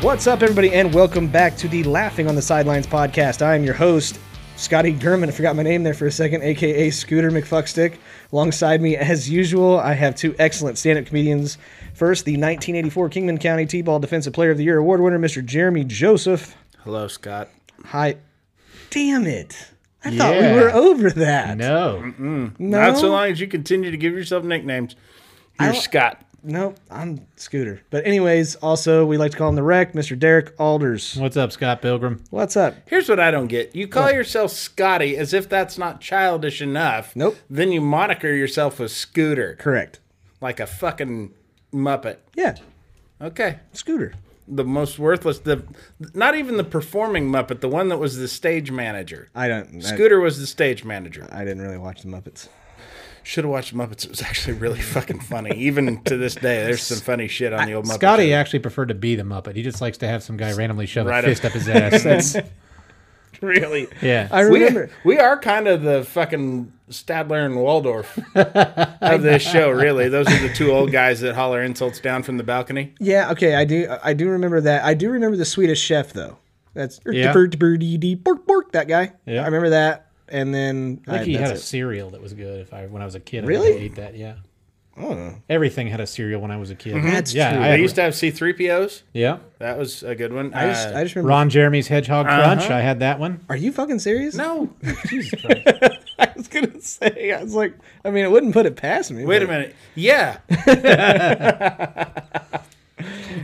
What's up, everybody, and welcome back to the Laughing on the Sidelines podcast. I am your host, Scotty Gurman. I forgot my name there for a second, aka Scooter McFuckstick. Alongside me, as usual, I have two excellent stand up comedians. First, the 1984 Kingman County T Ball Defensive Player of the Year award winner, Mr. Jeremy Joseph. Hello, Scott. Hi. Damn it. I thought we were over that. No. no, Not so long as you continue to give yourself nicknames. You're Scott. Nope, I'm Scooter. But, anyways, also, we like to call him the wreck, Mr. Derek Alders. What's up, Scott Pilgrim? What's up? Here's what I don't get. You call yourself Scotty as if that's not childish enough. Nope. Then you moniker yourself as Scooter, Correct. like a fucking Muppet. Yeah, Okay. Scooter. The most worthless, the not even the performing Muppet, the one that was the stage manager. I don't. I- Scooter was the stage manager. I didn't really watch the Muppets. Should have watched Muppets. It was actually really fucking funny. Even to this day, there's some funny shit on the old Muppet. Scotty show. actually preferred to be the Muppet. He just likes to have some guy randomly shove Right a fist up his ass. That's, really. yeah. I We, remember. we are kind of the fucking Stadler and Waldorf of this show, really. Those are the two old guys that holler insults down from the balcony. yeah, okay, I do. I do remember that. I do remember the Swedish Chef though. That's er, Yeah. bork bork that guy. Yeah. I remember that. And then I think he that's had a it. cereal that was good. If I when I was a kid, I Really? think I ate that. Yeah. Everything had a cereal when I was a kid. Mm-hmm. That's yeah, true. I They had- used to have C3POs. yeah. That was a good one. I just, Uh, I just remember. Ron Jeremy's Hedgehog Crunch. I had that one. Are you fucking serious? no. I was gonna say. I was like, I mean, it wouldn't put it past me. Wait a but- minute. Yeah.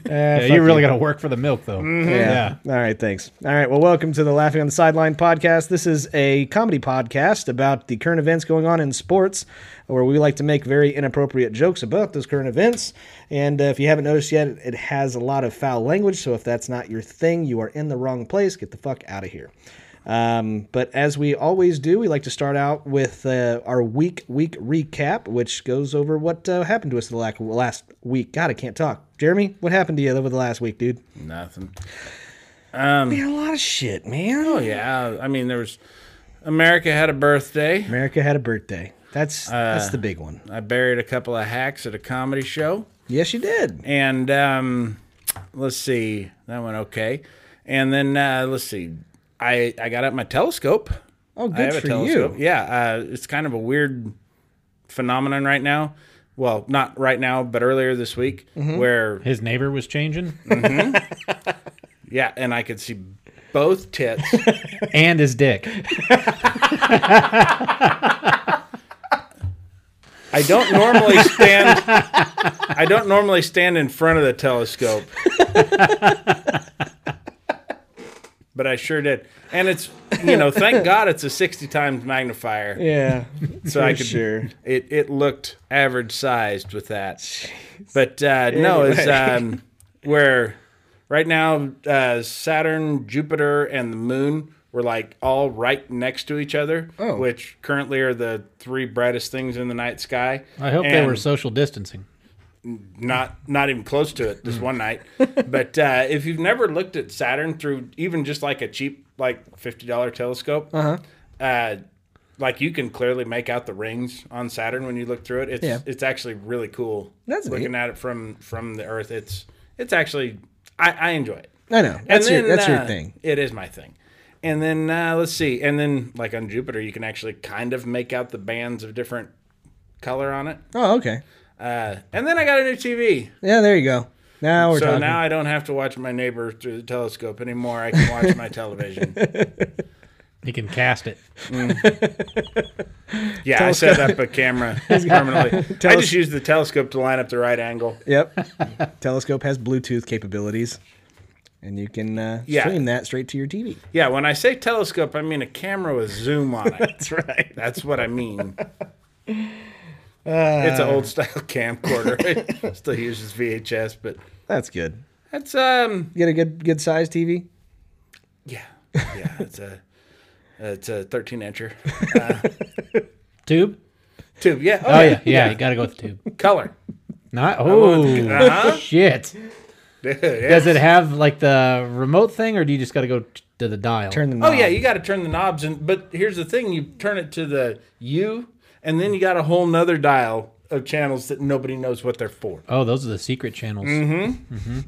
Yeah, you really Mm-hmm. got to work for the milk though. Yeah. All right. Thanks. All right. Well, welcome to the Laughing on the Sideline podcast. This is a comedy podcast about the current events going on in sports, where we like to make very inappropriate jokes about those current events. And uh, if you haven't noticed yet, it has a lot of foul language. So if that's not your thing, you are in the wrong place. Get the fuck out of here. Um, but as we always do, we like to start out with uh, our week week recap, which goes over what uh, happened to us the la- last week. God, I can't talk. Jeremy, what happened to you over the last week, dude? Nothing. a lot of shit, man. Oh, yeah. I mean, there was America had a birthday. America had a birthday. That's that's the big one. I buried a couple of hacks at a comedy show. Yes, you did. And um, let's see, that went okay. And then uh, let's see, I I got out my telescope. Oh, I good for you. Yeah, uh, it's kind of a weird phenomenon right now. Well, not right now, but earlier this week, Mm-hmm. where His neighbor was changing, yeah, and I could see both tits. and his dick. I don't normally stand. I don't normally stand in front of the telescope, but I sure did. And it's you know, thank God it's a sixty times magnifier. Yeah, so I could sure. it it looked average sized with that. But uh, no, it's um, where right now uh, Saturn, Jupiter, and the Moon were like all right next to each other, Oh. which currently are the three brightest things in the night sky. I hope they And were social distancing. not not even close to it Mm. this one night. But uh, if you've never looked at Saturn through even just like a cheap like fifty dollar telescope, uh-huh. like you can clearly make out the rings on Saturn when you look through it. It's Yeah. it's actually really cool. That's looking neat. at it from from the Earth. It's it's actually I, I enjoy it. I know. And That's your then, that's uh, your thing. It is my thing. And then uh, let's see. And then like on Jupiter, you can actually kind of make out the bands of different color on it. Oh, okay. Uh, and then I got a new TV. Yeah, there you go. Now we're so talking. now I don't have to watch my neighbor through the telescope anymore. I can watch my television. He can cast it. Yeah, I set up a camera permanently. I just use the telescope to line up the right angle. Yep. Telescope has Bluetooth capabilities, and you can uh, Yeah. stream that straight to your TV. Yeah, when I say telescope, I mean a camera with zoom on it. That's right. That's what I mean. it's an old style camcorder. It Still uses VHS, but That's good. that's um You get a good good size TV. yeah yeah it's a it's a thirteen incher Tube? tube yeah Oh, yeah. Yeah, you got to go with the tube. color Not. Oh, uh-huh. shit. Does it have like the remote thing or do you just got to go t- to the dial? Turn the Oh yeah, knob. you got to turn the knobs and but here's the thing, you turn it to the U and then you got a whole nother dial of channels that nobody knows what they're for. Oh, those are the secret channels. Mm-hmm.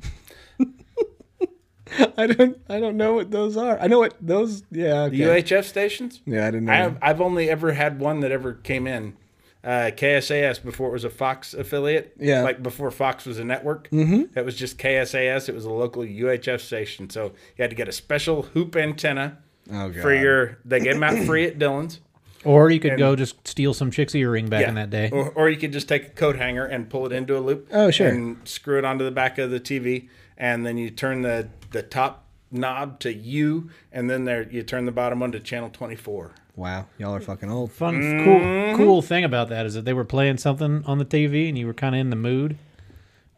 I don't I don't know what those are. I know what those. Yeah. Okay. UHF stations? yeah, I didn't know. I have, I've only ever had one that ever came in. Uh, KSAS before it was a Fox affiliate. Yeah. Like before Fox was a network. Mm-hmm. That was just KSAS. It was a local UHF station. So you had to get a special hoop antenna Oh, for God. your. They gave them out free at Dillon's. Or you could go just steal some chick's earring back in that day. Or, or you could just take a coat hanger and pull it into a loop. Oh, sure. And screw it onto the back of the TV, and then you turn the the top knob to U, and then there you turn the bottom one to channel twenty four. Wow, y'all are fucking old. Fun, Mm-hmm. cool, cool thing about that is that they were playing something on the TV and you were kind of in the mood.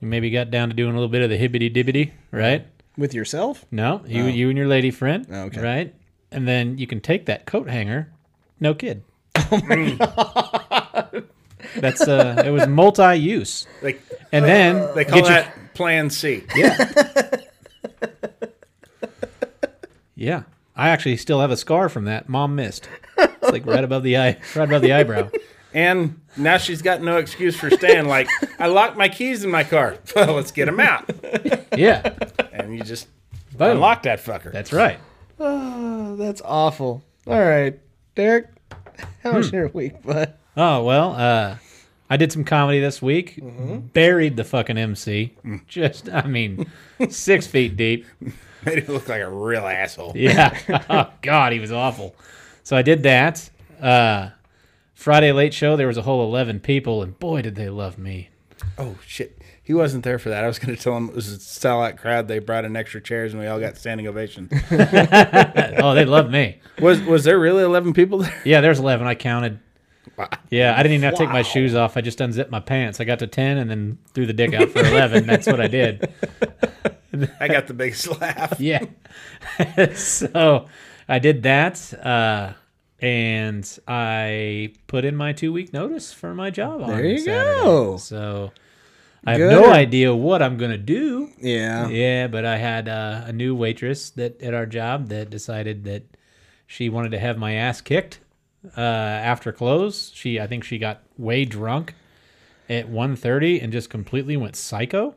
You maybe got down to doing a little bit of the hibbity dibbity, right? With yourself? No, Oh. you you and your lady friend, Oh, okay. right? And then you can take that coat hanger, no kid. Oh Mm. That's uh, it was multi-use, They and then they call get your- that Plan C. Yeah. yeah. I actually still have a scar from that. Mom missed. It's like right above the eye, right above the eyebrow. And now she's got no excuse for staying. Like I locked my keys in my car. Well, let's get them out. Yeah, And you just Boom. unlock that fucker. that's right. Oh, that's awful. All right, Derek, how was your week, bud? Oh well, uh, I did some comedy this week. Buried the fucking MC. Just, I mean, six feet deep. Made it look like a real asshole. Yeah. oh God, he was awful. So I did that. Uh, Friday late show. There was a whole eleven people, and boy, did they love me. Oh shit. He wasn't there for that. I was going to tell him it was a sellout crowd. They brought in extra chairs and we all got standing ovations. Oh, they loved me. Was was there really eleven people there? Yeah, there's eleven. I counted. Yeah, I didn't even have to take my shoes off. I just unzipped my pants. I got to ten, and then threw the dick out for eleven. That's what I did. I got the biggest laugh. Yeah. so I did that, uh, and I put in my two week notice for my job. on There you Saturday. go. So I have Good. no idea what I'm gonna do. Yeah. Yeah, but I had uh, a new waitress that at our job that decided that she wanted to have my ass kicked uh, after close. She, I think, she got way drunk at 1.30 and just completely went psycho.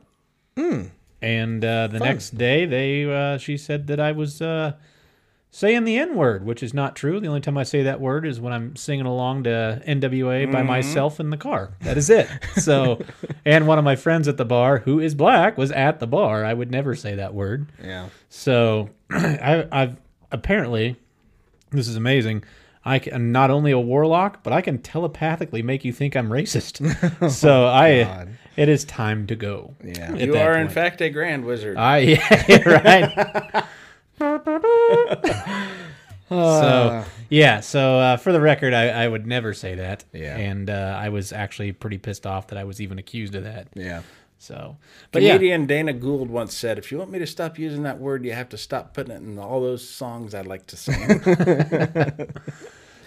And uh, the next day, they uh, she said that I was uh, saying the N word, which is not true. The only time I say that word is when I'm singing along to NWA by myself in the car. That is it. So, and one of my friends at the bar, who is black, was at the bar. I would never say that word. Yeah. So, I, I've apparently, this is amazing. I c- am not only a warlock, but I can telepathically make you think I'm racist. so I, it is time to go. Yeah. at You that are in point. Uh, fact a grand wizard. I Ah, yeah, right. so yeah, so uh, for the record, I, I would never say that. Yeah. and uh, I was actually pretty pissed off that I was even accused of that. Yeah. So, but yeah, Comedian Dana Gould once said, "If you want me to stop using that word, you have to stop putting it in all those songs I like to sing."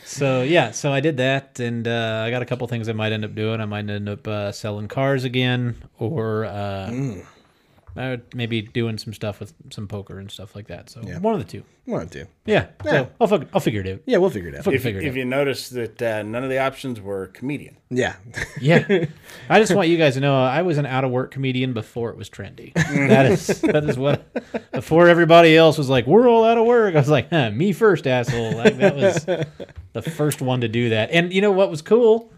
so yeah, so I did that, and uh, I got a couple things I might end up doing. I might end up uh, selling cars again, or uh, Mm. I would maybe doing some stuff with some poker and stuff like that. So one of the two. Wanted to. Yeah, Yeah. so I'll, fuck- I'll figure it out. Yeah, we'll figure it out. Fucking if, figure it out. if you notice that uh, none of the options were comedian, Yeah. Yeah. I just want you guys to know uh, I was an out of work comedian before it was trendy. That is that is what before everybody else was like, We're all out of work. I was like, huh, me first, asshole. Like that was the first one to do that. And you know what was cool?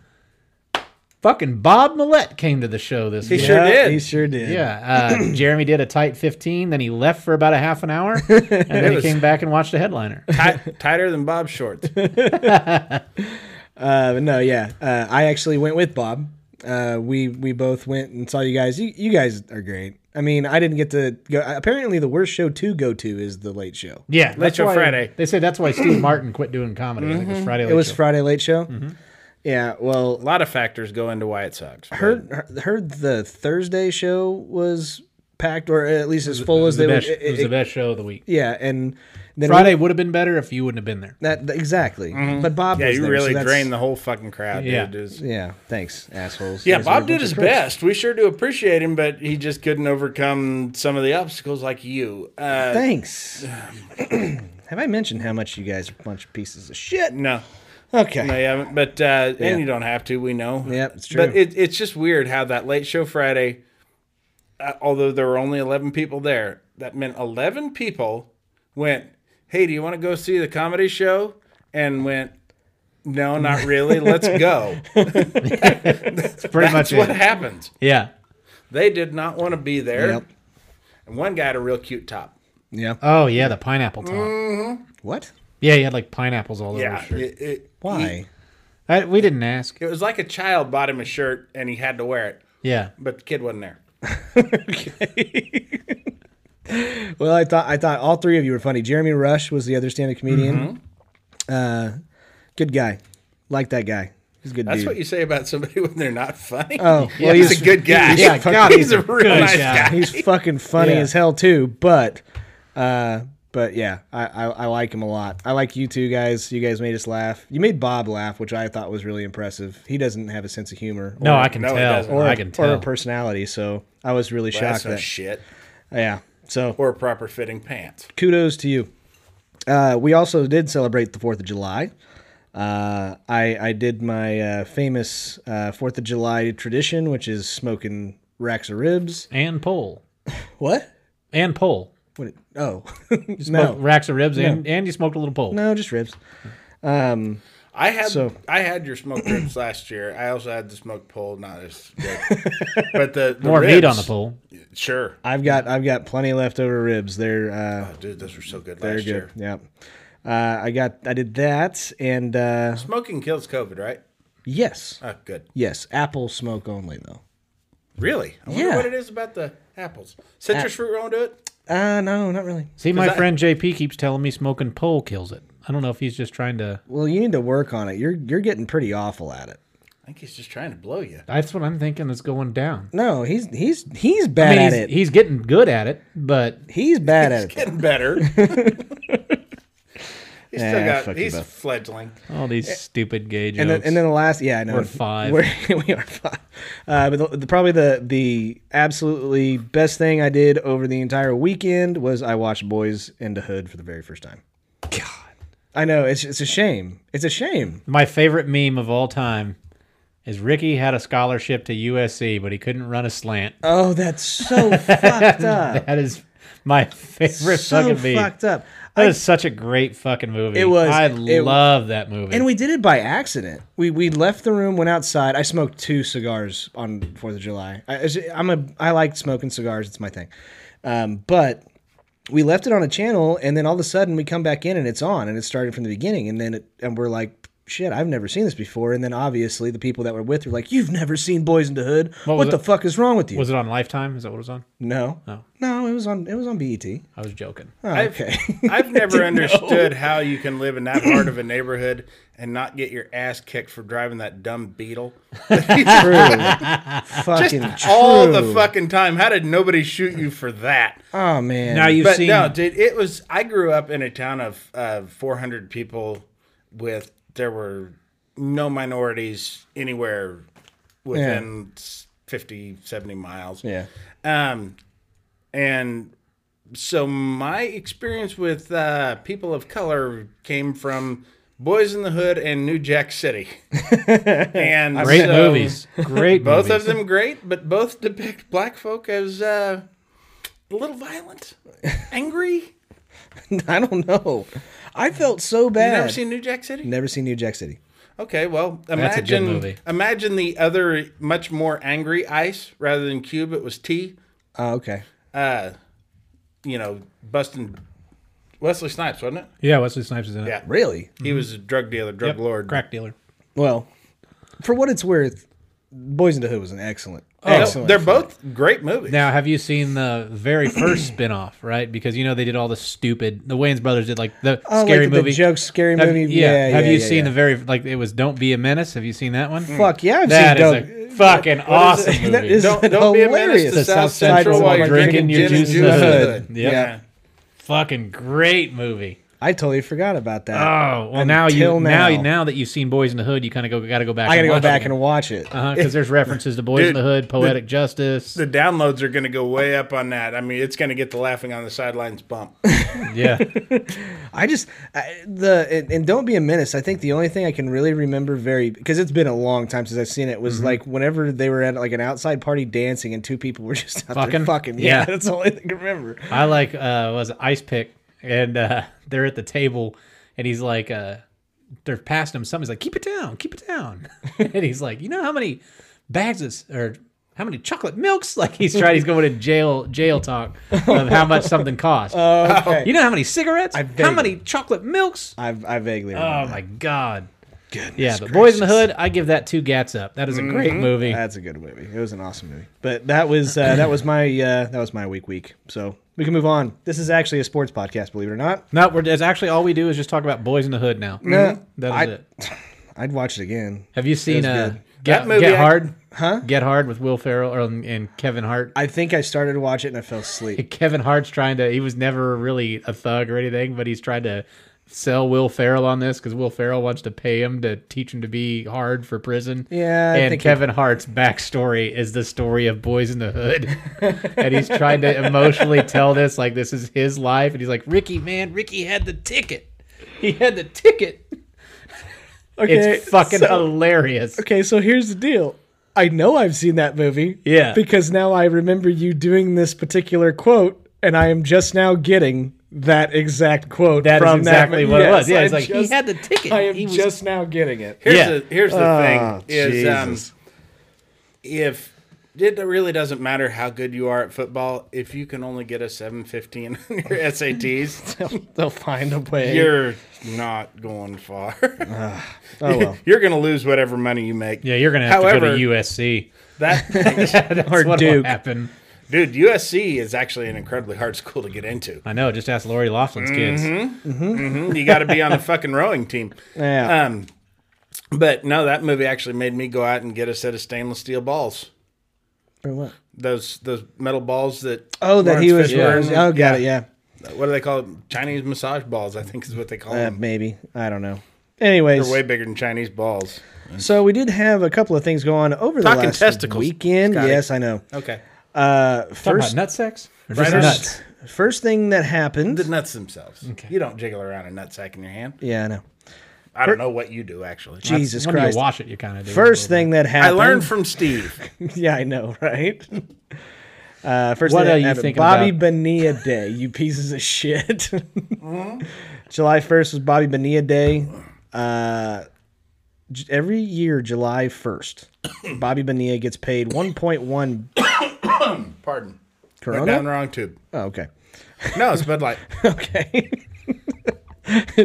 Fucking Bob Millette came to the show this He week. sure did. He sure did. Yeah, uh, Jeremy did a tight 15, then he left for about a half an hour, and then he was- came back and watched a headliner. Ti- tighter than Bob's shorts. Uh, but no, yeah. Uh, I actually went with Bob. Uh, we we both went and saw you guys. You, you guys are great. I mean, I didn't get to go. Apparently, the worst show to go to is the Late Show. Yeah, Late that's Show why- Friday. Mm-hmm. They say that's why Steve Martin quit doing comedy. I think it was Friday. Late it was Show. Mm-hmm. Friday Late Show. Yeah. Well, A lot of factors go into why it sucks. but- heard heard- heard the Thursday show was packed, or at least as full as the they best, were. it was the best show of the week. Yeah, and then Friday would have been better if you wouldn't have been there. that th- exactly. But Bob, Yeah, was you there, really so drained the whole fucking crowd, Yeah. dude. It was- Yeah, thanks, assholes. Yeah, Thanks Bob for did bunch his of pricks. best. We sure do appreciate him, but he just couldn't overcome some of the obstacles like you. Uh, Thanks. Have I mentioned how much you guys are a bunch of pieces of shit? no, Okay. no, you haven't. But uh, Yeah. and you don't have to. We know. Yep, it's But true. it, it's just weird how that late show Friday, uh, although there were only eleven people there, that meant eleven people went. Hey, do you want to go see the comedy show? And went. No, not really. Let's go. That's pretty That's much what it. happens. Yeah. They did not want to be there. Yep. And one guy had a real cute top. Yeah. Oh yeah, the pineapple top. What? Yeah, he had like pineapples Oh, all over Yeah. his shirt. it- it- Why? I, we didn't ask. It was like a child bought him a shirt and he had to wear it, Yeah. but the kid wasn't there. Well, I thought I thought all three of you were funny. Jeremy Rush was the other stand-up comedian. Mm-hmm. Uh, good guy. Like that guy. He's a good That's dude. what you say about somebody when they're not funny. Oh, well, yeah, he's, a good guy. yeah, God, he's, he's a a real good nice guy. guy. he's fucking funny Yeah. as hell too. But, uh, but yeah, I, I I like him a lot. I like you two guys. You guys made us laugh. You made Bob laugh, which I thought was really impressive. He doesn't have a sense of humor. No, or, I can no, it tell. doesn't. or, I can or a tell. personality. So I was really That's shocked. no That, shit. yeah. So Or proper fitting pants. kudos to you. Uh, we also did celebrate the Fourth of July. Uh, I I did my uh, famous uh, Fourth of July tradition, which is smoking racks of ribs. And pole. What? And pole. What? Oh, Smoked no, Racks of ribs and, and you smoked a little pole. no, just ribs. I had So- I had your smoked ribs last year. I also had the smoked pole, not as good. but the, the More ribs, meat on the pole. Sure. I've got I've got plenty of leftover ribs. They're uh, Oh, dude, those were so good they're last good. year. Yeah. Uh, I got I did that and uh, Smoking kills COVID, right? yes Oh, good. yes apple smoke only though. Really? I wonder Yeah. what it is about the apples. Citrus fruit won't do it? Uh no, not really. See, my that- friend JP keeps telling me smoking pole kills it. I don't know if he's just trying to. Well, you need to work on it. You're you're getting pretty awful at it. I think he's just trying to blow you. That's what I'm thinking is going down. No, he's he's he's I bad mean, at he's, it. he's getting good at it, but he's bad at it. Getting better. he's Nah, still fuck got. you He's both. fledgling. all these stupid gay jokes. and then, and then the last, yeah, I know. We're five. We're, we are five. Uh, but the, the, probably the the absolutely best thing I did over the entire weekend was I watched Boys in the Hood for the very first time. God, I know it's it's a shame. It's a shame. my favorite meme of all time is Ricky had a scholarship to USC, but he couldn't run a slant. Oh, that's so fucked up. That is my favorite so fucking meme. fucked up. That is such a great fucking movie. It was- I it- love that movie. And we did it by accident. We we left the room, went outside. I smoked two cigars on Fourth of July. I, I- I'm a I like smoking cigars. It's my thing. Um, but we left it on a channel, and then all of a sudden we come back in, and it's on, and it started from the beginning, and then it, and we're like. Shit, I've never seen this before. And then obviously the people that were with were like, "You've never seen Boys in the Hood? What, was the it? fuck is wrong with you?" was it Oh. on Lifetime? Is that what it was on? no, no, no. It was on. It was on BET. I was joking. Oh, I've- okay. I've never understood how you can live in that part of a neighborhood and not get your ass kicked for driving that dumb beetle. true. Fucking true. All the fucking time. How did nobody shoot you for that? Oh man. Now you've but seen no, dude, it was. I grew up in a town of uh, 400 people. With there were no minorities anywhere within s 50, 70 miles. Yeah. Um, and so my experience with uh, people of color came from Boys in the Hood and New Jack City. and great so- movies. Great Both movies. of them great, but both depict black folk as uh, a little violent, angry. I don't know. I felt so bad. You never seen New Jack City? Never seen New Jack City. Okay, well, imagine That's a good movie. imagine the other much more angry ice rather than cube. It was T. Oh, okay. Uh, you know, busting Wesley Snipes, wasn't it? Yeah, Wesley Snipes is in it. Yeah, Really? he was a drug dealer, drug Mm-hmm. Yep, lord. crack dealer. Well, for what it's worth, Boys in the Hood was an excellent, Oh, No, excellent. Oh, they're both great movies. Now, have you seen the very first spin-off, right? Because you know they did all the stupid. The Wayans brothers did like the Oh, like scary the movie. joke scary Have- movie? Yeah. Yeah, Have yeah, you yeah, seen yeah. the very like it was Don't Be a Menace? Have you seen that one? Fuck yeah, I've That seen is a fucking awesome That movie. is- don't don't be a menace Hilarious. to South Central while you're drinking, your gin and juices juice in in the the hood. hood. Yep. Yeah. Fucking great movie. I totally forgot about that. Oh well, now you Until now. now. now that you've seen Boys in the Hood, you kind of go got to go back. I gotta and go watch Uh-huh. back it. and watch it. because there's references to Boys in Dude, the Hood, Poetic Justice. The downloads are going to go way up on that. I mean, it's going to get the laughing on the sidelines bump. yeah, I just I, the and, and don't be a menace. I think the only thing I can really remember very because it's been a long time since I've seen it Mm-hmm. was like whenever they were at like an outside party dancing and two people were just out there Fucking? fucking. Yeah, Yeah. that's the only thing I can remember. I like uh, was it Ice Pick, and uh, they're at the table, and he's like, uh, they're passing him something. He's like, keep it down, keep it down, and he's like, you know how many bags of or how many chocolate milks? Like he's trying, he's going to jail jail talk of how much something costs. Okay. you know how many cigarettes? How vaguely- many chocolate milks? I I vaguely remember. Oh my god. yeah, but Boys in the Hood, I give that two gats up. That is a great Mm-hmm. movie. That's a good movie. It was an awesome movie. But that was uh, that was my uh, that was my week week. So we can move on. This is actually a sports podcast, believe it or not. No, we're that's actually all we do is just talk about Boys in the Hood now. No, that is I- it. I'd watch it again. Have you seen uh, Get, That movie Get I- Hard? Huh? Get Hard with Will Ferrell or, and Kevin Hart. I think I started to watch it and I fell asleep. Kevin Hart's trying to. He was never really a thug or anything, but he's trying to sell Will Ferrell on this because Will Ferrell wants to pay him to teach him to be hard for prison. Yeah, I and think Kevin Hart's backstory is the story of Boys in the Hood, and he's trying to emotionally tell this like this is his life, and he's like, Ricky, man, Ricky had the ticket. He had the ticket. it's fucking so- hilarious. Okay, so here's the deal. I know I've seen that movie. Yeah. Because now I remember you doing this particular quote, and I am just now getting that exact quote That is from exactly that. mo- what it was. Yeah, I it's like, he had the ticket. I am He was- just now getting it. Here's Yeah. the here's the Oh, thing is um, Jesus. if it really doesn't matter how good you are at football if you can only get a 715 on your SATs They'll find a way. you're not going far. oh well. you're going to lose whatever money you make. Yeah, you're gonna have to However, go to USC. that That's Or what will Duke. happen. dude, USC is actually an incredibly hard school to get into. I know. Just ask Lori Laughlin's kids. You got to be on the fucking rowing team. Uh, Yeah. Um, but no, that movie actually made me go out and get a set of stainless steel balls. For what? Those those metal balls that Oh, that he was. Lawrence wearing. Fishburne- Oh, got it. Yeah. what do they call them? Chinese massage balls? I think is what they call Uh, them. maybe. I don't know. They're Anyways, way bigger than Chinese balls. so we did have a couple of things go on over the Talking last testicles, weekend. Scotty. Yes, I know. Okay, Uh, first, First nut sex. Or just Writers- nuts. first thing that happened. the nuts themselves. You don't jiggle around a nut sack in your hand. Yeah, I know. I don't know what you do actually. Jesus when Christ. you wash it, you kind of do. First thing that I happened. learned from Steve. Yeah, I know, right? Uh, first What thing are that you happened, thinking Bobby about? Bonilla Day, you pieces of shit. July 1st was Bobby Bonilla Day. Uh, j- every year, July 1st, Bobby Bonilla gets paid 1.1 Pardon. Went down the Corona. wrong tube. Oh, okay. No, it's Bud Light. Okay.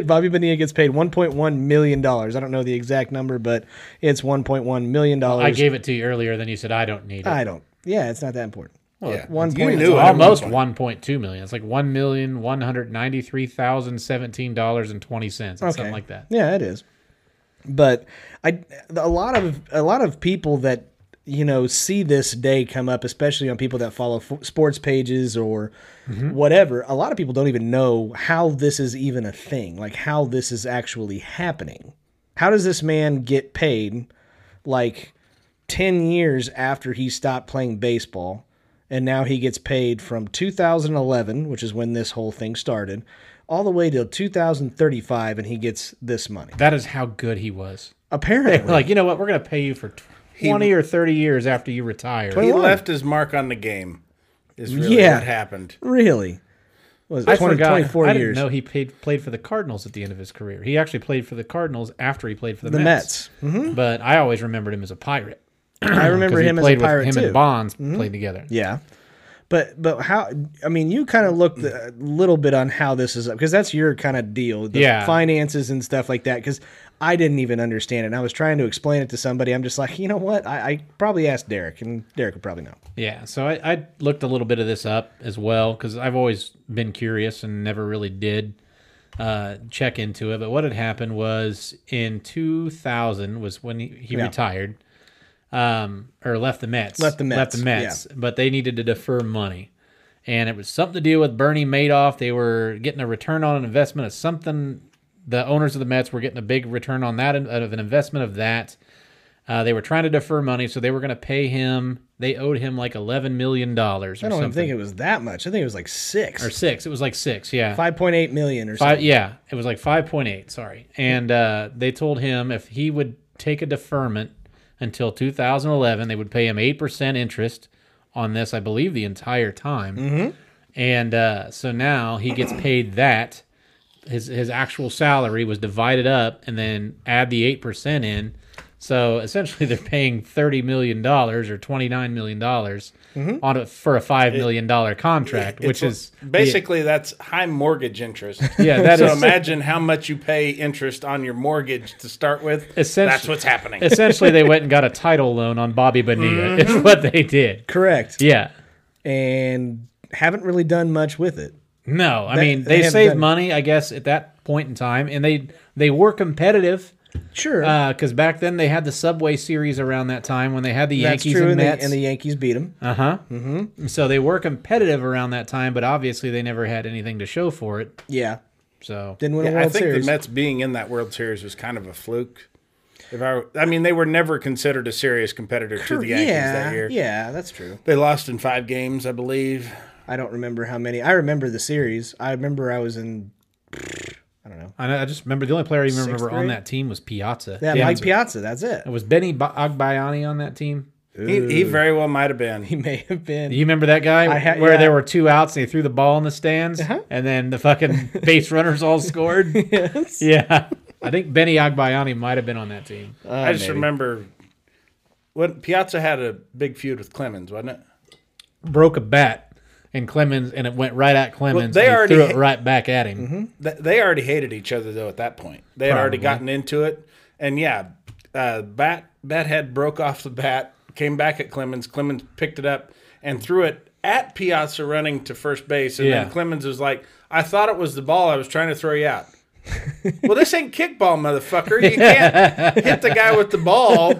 Bobby Bonilla gets paid 1.1 million dollars. I don't know the exact number, but it's 1.1 million dollars. I gave it to you earlier. Then you said I don't need it. I don't. Yeah, it's not that important. yeah. one You point- knew it. Almost 1.2 million. It's like one million one hundred ninety-three thousand seventeen dollars and twenty cents, or something like that. Yeah, it is. But I a lot of a lot of people that you know see this day come up, especially on people that follow f- sports pages or Mm-hmm. whatever. A lot of people don't even know how this is even a thing, like how this is actually happening. How does this man get paid? Like 10 years after he stopped playing baseball and now he gets paid from 2011 which is when this whole thing started all the way till 2035 and he gets this money That is how good he was. apparently Like you know what? We're gonna pay you for twenty or thirty years after you retire. He left his mark on the game. Is really Yeah. what happened. really What is it, I 20 forgot. 24 I didn't years. know he paid, played for the Cardinals at the end of his career. He actually played for the Cardinals after he played for The the, Mm-hmm. Mets. But I always remembered him as a pirate. I remember 'Cause he him as a played with- pirate him too. Mm-hmm. and Bonds played together. Yeah. But but how I mean you kind of looked a little bit on how this is up because that's your kind of deal the Yeah. finances and stuff like that because I didn't even understand it and I was trying to explain it to somebody I'm just like you know what I, I probably asked Derek and Derek would probably know Yeah, so I, I looked a little bit of this up as well because I've always been curious and never really did uh, check into it. But what had happened was in 2000 was when he, he Yeah. retired um, or left the Mets. Left the Mets, Left the Mets. But they needed to defer money. And it was something to do with Bernie Madoff. They were getting a return on an investment of something. The owners of the Mets were getting a big return on that, out of an investment of that. Uh, they were trying to defer money, so they were going to pay him. They owed him like eleven million dollars I or don't something, even think it was that much I think it was like six or six. It was like six, yeah, five point eight million or Five- something yeah, it was like five point eight. Sorry, and uh, they told him if he would take a deferment until 2011, they would pay him eight percent interest on this, I believe, the entire time. Mm-hmm. And uh, so now he gets paid that. His his actual salary was divided up, and then add the eight percent in. So essentially, they're paying thirty million dollars or twenty nine million dollars Mm-hmm. on a, for a five million dollar contract, which is Basically, that's high mortgage interest. Yeah, that so is- imagine how much you pay interest on your mortgage to start with. Essentially- that's what's happening. Mm-hmm. essentially they went and got a title loan on Bobby Bonilla is what they did. correct Yeah. and haven't really done much with it No, I They- mean they, they have saved done- money, I guess, at that point in time, and they they were competitive sure because back then they had the Subway Series around that time when they had the that's Yankees true and and, Mets, the, and the Yankees beat him so they were competitive around that time, but obviously they never had anything to show for it. yeah So didn't win a Yeah, World I think Series the Mets being in that World Series was kind of a fluke. If I, were- I mean, they were never considered a serious competitor to the Yankees yeah that year. yeah that's true. They lost in five games, I believe. I don't remember how many. I remember the series. I remember I was in. I don't know. I, know- I just remember the only player I even Sixth remember on grade? that team was Piazza. Yeah, Mike Piazza. That's it. It was Benny Ba- Agbayani on that team. He, he very well might have been. He may have been. You remember that guy I ha- where yeah. there were two outs and he threw the ball in the stands, and then the fucking base runners all scored. Yeah, I think Benny Agbayani might have been on that team. I just remember when Piazza had a big feud with Clemens, wasn't it? Broke a bat and Clemens, and it went right at Clemens. they and he already threw it ha- right back at him. Th- They already hated each other though at that point. They had already gotten into it, and yeah, uh, bat bathead broke off the bat, came back at Clemens. Clemens picked it up and threw it at Piazza, running to first base, and Yeah. then Clemens was like, "I thought it was the ball I was trying to throw you out." well, this ain't kickball, motherfucker. You can't hit the guy with the ball.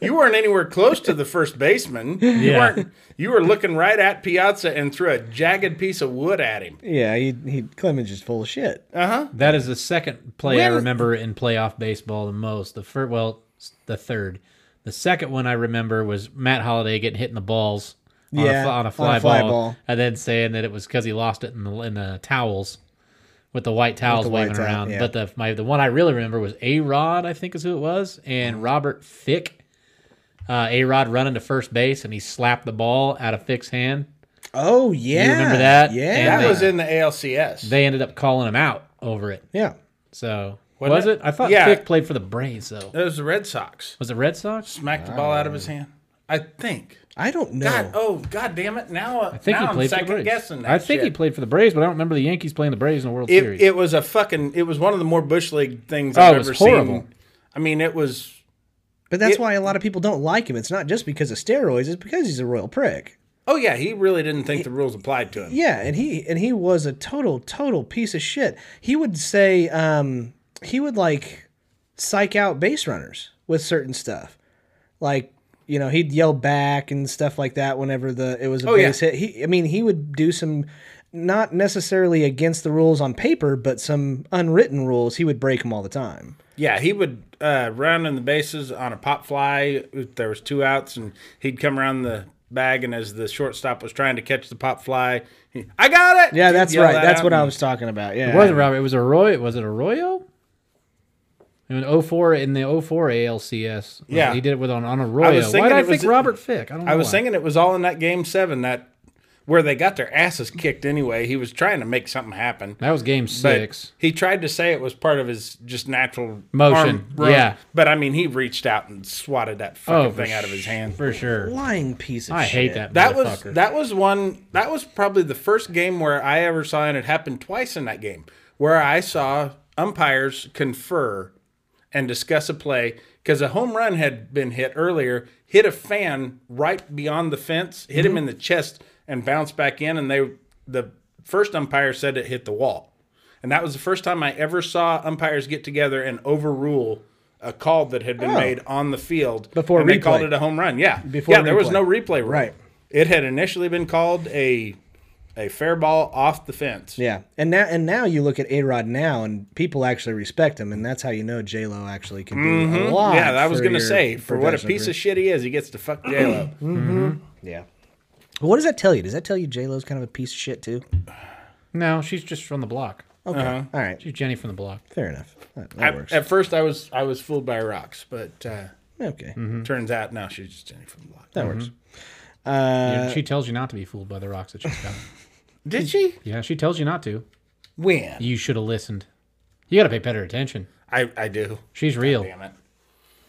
You weren't anywhere close to the first baseman. You Yeah. weren't. You were looking right at Piazza and threw a jagged piece of wood at him. Yeah, he he. Clemens is full of shit. That is the second play I When- remember in playoff baseball the most. The first, well, s- the third. The second one I remember was Matt Holliday getting hit in the balls on, Yeah, a, fl- on a fly, ball, and then saying that it was because he lost it in the, in the towels with the white towels the white waving towel, around. yeah. But the my the one I really remember was A Rod, I think is who it was, and Robert Fick. Uh, A Rod running to first base and he slapped the ball out of Fick's hand. Oh yeah. remember that? Yeah. And That they- was in the ALCS. They ended up calling him out over it. yeah. So Wasn't was it? it? I thought Yeah. Fick played for the Braves though. It was the Red Sox. Was it Red Sox? Smacked the ball out of his Ah. hand. I think. I don't know. God, oh, god damn it. Now, uh, I think now he played I'm for the second Braves. guessing that I think he shit. played for the Braves, but I don't remember the Yankees playing the Braves in the World It, Series. it was a fucking, it was one of the more Bush League things Oh, I've it was ever horrible. seen. I mean, it was, but that's why a lot of people don't like him. It's not just because of steroids. It's because he's a royal prick. oh yeah, he really didn't think the rules applied to him. Yeah, and he and he was a total total piece of shit. He would say um he would like psych out base runners with certain stuff. Like, you know, he'd yell back and stuff like that whenever the it was a Oh, yeah. base hit. He I mean, he would do some not necessarily against the rules on paper, but some unwritten rules, he would break them all the time. Yeah, he would uh, round in the bases on a pop fly. If there was two outs, and he'd come around the bag, and as the shortstop was trying to catch the pop fly, he, I got it. Yeah, He'd that's yell right. that That's out what I and- was talking about. Yeah. It wasn't Robert. It was Arroyo. Was it Arroyo? In 04, in the 04 ALCS. Yeah. He did it with on, on Arroyo. Why thinking did I it was- think Robert Fick? I don't know. I was why. thinking it was all in that game seven that where they got their asses kicked anyway. He was trying to make something happen. That was game But six. He tried to say it was part of his just natural Motion, arm roll, yeah. But I mean, he reached out and swatted that oh, fucking thing out of his hand. for sure. Lying piece of I shit. hate that. That was motherfucker. that was one. That was probably the first game where I ever saw, and it happened twice in that game, where I saw umpires confer and discuss a play because a home run had been hit earlier, hit a fan right beyond the fence, hit Mm-hmm. him in the chest, and bounced back in, and they the first umpire said it hit the wall, and that was the first time I ever saw umpires get together and overrule. A call that had been made on the field Oh. Before and they called replay. it a home run. Yeah, Before yeah, there was replay. no replay. rule. Right. It had initially been called a a fair ball off the fence. Yeah, and now and now you look at A Rod now, and people actually respect him, and that's how you know J Lo actually can do a lot. Mm-hmm. Yeah, I was for gonna your say for what a professional piece career. of shit he is, he gets to fuck J Lo. yeah. But what does that tell you? Does that tell you J Lo's kind of a piece of shit too? no. She's just from the block. Uh-huh. Okay, all right, She's Jenny from the block. fair enough. That, that works. at first, I was I was fooled by rocks, but uh, okay, Mm-hmm, turns out now she's just Jenny from the block. that works. Uh, she tells you not to be fooled by the rocks that she's got. Did she yeah, she tells you not to. win? You should have listened. You got to pay better attention. I I do. She's real. Damn it,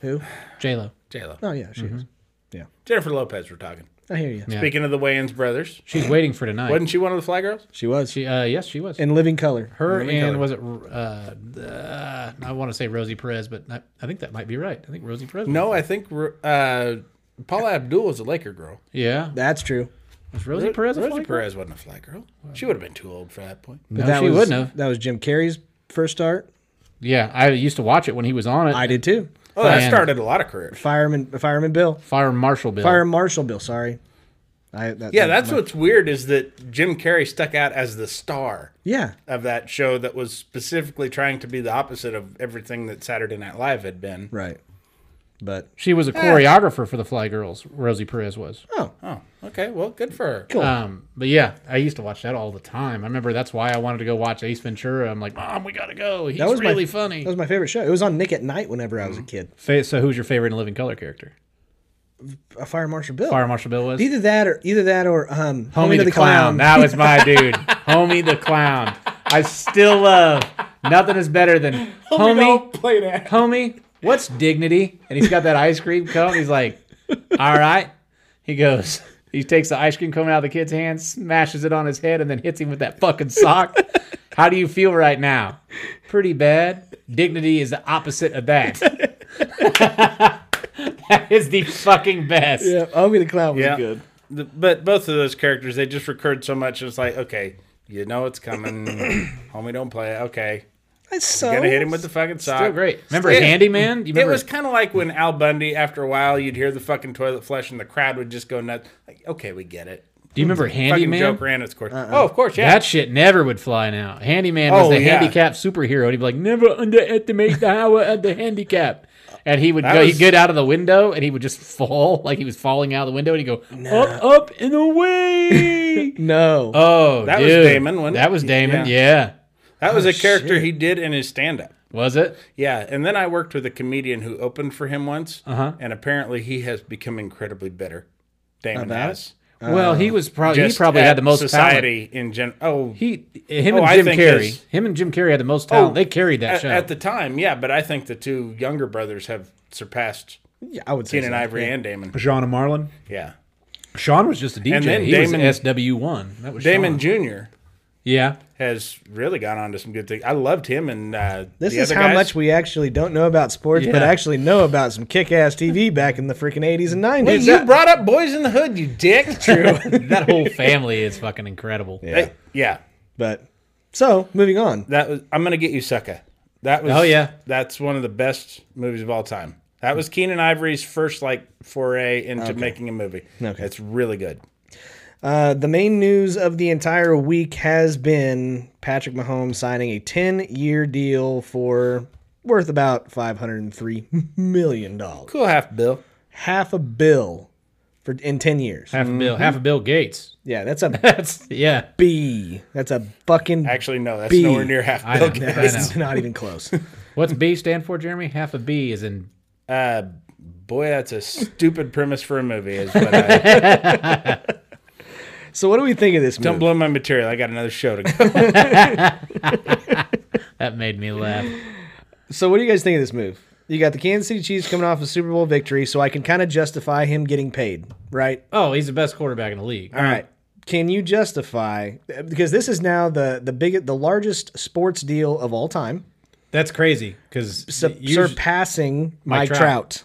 Who? J Lo. J Lo. Oh yeah, she is. Yeah, Jennifer Lopez. We're talking. I hear you. Mm-hmm. Yeah. Speaking of the Wayans brothers, She's waiting for tonight. wasn't she one of the Fly Girls? She was she? Uh, yes, she was. in living color. Her and was it? Uh, uh, I want to say Rosie Perez, but I, I think that might be right. I think Rosie Perez. was- No, I think uh, Paula Abdul was a Laker girl. Yeah, That's true. was Rosie Perez. a Mm. Rosie flag? Perez wasn't a Fly Girl. She would have been too old for that point. No, that she was, wouldn't have. That was Jim Carrey's first start. Yeah, I used to watch it when he was on it. I did too. Oh, that Man. started a lot of careers. Fireman, Fireman Bill, Fire Marshal Bill. Fire Marshal Bill. Sorry. I, that, Yeah, that's what's weird is that Jim Carrey stuck out as the star Yeah, of that show that was specifically trying to be the opposite of everything that Saturday Night Live had been. right. But She was a choreographer for the Fly Girls. Rosie Perez was. oh, Oh, okay. Well, good for her. Cool. Um, but yeah, I used to watch that all the time. I remember that's why I wanted to go watch Ace Ventura. I'm like, Mom, we gotta go. He's was my- really funny. That was my favorite show. It was on Nick at Night whenever I Mm. was a kid. Fa- So, who's your favorite in Living Color character? A Fire Marshal Bill. Fire Marshal Bill was. Either that or either that or um, Homie the, clown. That was my dude. Homie the clown. I still love. Nothing is better than homie. play that. Homie, what's dignity? And he's got that ice cream cone. He's like, all right. He goes. He takes the ice cream cone out of the kid's hand, smashes it on his head, and then hits him with that fucking sock. How do you feel right now? Pretty bad. Dignity is the opposite of that. that is the fucking best. yeah, Homie the clown was Yeah. good. The- but both of those characters, they just recurred so much. It's like, okay, you know it's coming. Homie, don't play it. Okay. That's so. Gotta hit him with the fucking sock. So great. Remember It- Handyman? You It remember was kind of like when Al Bundy, after a while, you'd hear the fucking toilet flush and the crowd would just go nuts. Like, okay, we get it. Do you remember Fucking Handyman? joke ran its course. Uh-uh. Oh, of course, yeah. That shit never would fly now. Handyman was Oh, the yeah. handicapped superhero. And he'd be like, never underestimate the power of the handicap. And he would go, was- he'd get out of the window and he would just fall like he was falling out of the window and he'd go, up, up, and away. No. oh, That was dude. Damon, wasn't it? That was Damon, yeah. Yeah. That was a character he did in his stand up. Was it? Yeah. And then I worked with a comedian who opened for him once. Uh-huh. And apparently he has become incredibly bitter. Damon About has. well, he was probably, Oh, he Uh, Just probably at had the most talent. society in general. Oh, He, him Oh, I and Jim think Carrey. his- Oh, Him and Jim Carrey had the most talent. they carried that at, show. at the time. Yeah. But I think the two younger brothers have surpassed yeah, I would say. Keenan so. Ivory and Damon. Sean and Marlon. Yeah. Sean was just a DJ. And then he Damon- was SW1. That was Damon Sean. Jr. Yeah. has really gone on to some good things. I loved him and uh, This the is other how guys. much we actually don't know about sports, but Yeah. actually know about some kick-ass TV back in the freaking '80s and '90s. Hey, you That- brought up Boys in the Hood, you dick. True. that whole family is fucking incredible. yeah. yeah. but so moving on. That was I'm gonna get you sucker. That was Oh, yeah. That's one of the best movies of all time. That was Keenan Ivory's first like foray into making a movie. Okay. It's really good. Uh, the main news of the entire week has been Patrick Mahomes signing a 10 year deal for worth about $503 million. Cool half bill. Half a bill for in 10 years. Half a bill, half a Bill Gates. Yeah, that's a That's yeah. B. That's a fucking Actually, no, that's B. nowhere near half I bill. know. Gates. I know. It's not even close. What's B stand for, Jeremy? Half a B is in. Uh, boy, that's a stupid premise for a movie. Is what I, So what do we think of this Don't move? blow my material. I got another show to go. That made me laugh. So what do you guys think of this move? You got the Kansas City Chiefs coming off a Super Bowl victory, so I can kind of justify him getting paid, right? Oh, he's the best quarterback in the league. All right. Can you justify because this is now the the big the largest sports deal of all time, That's crazy because su- surpassing Mike, Trout. Trout.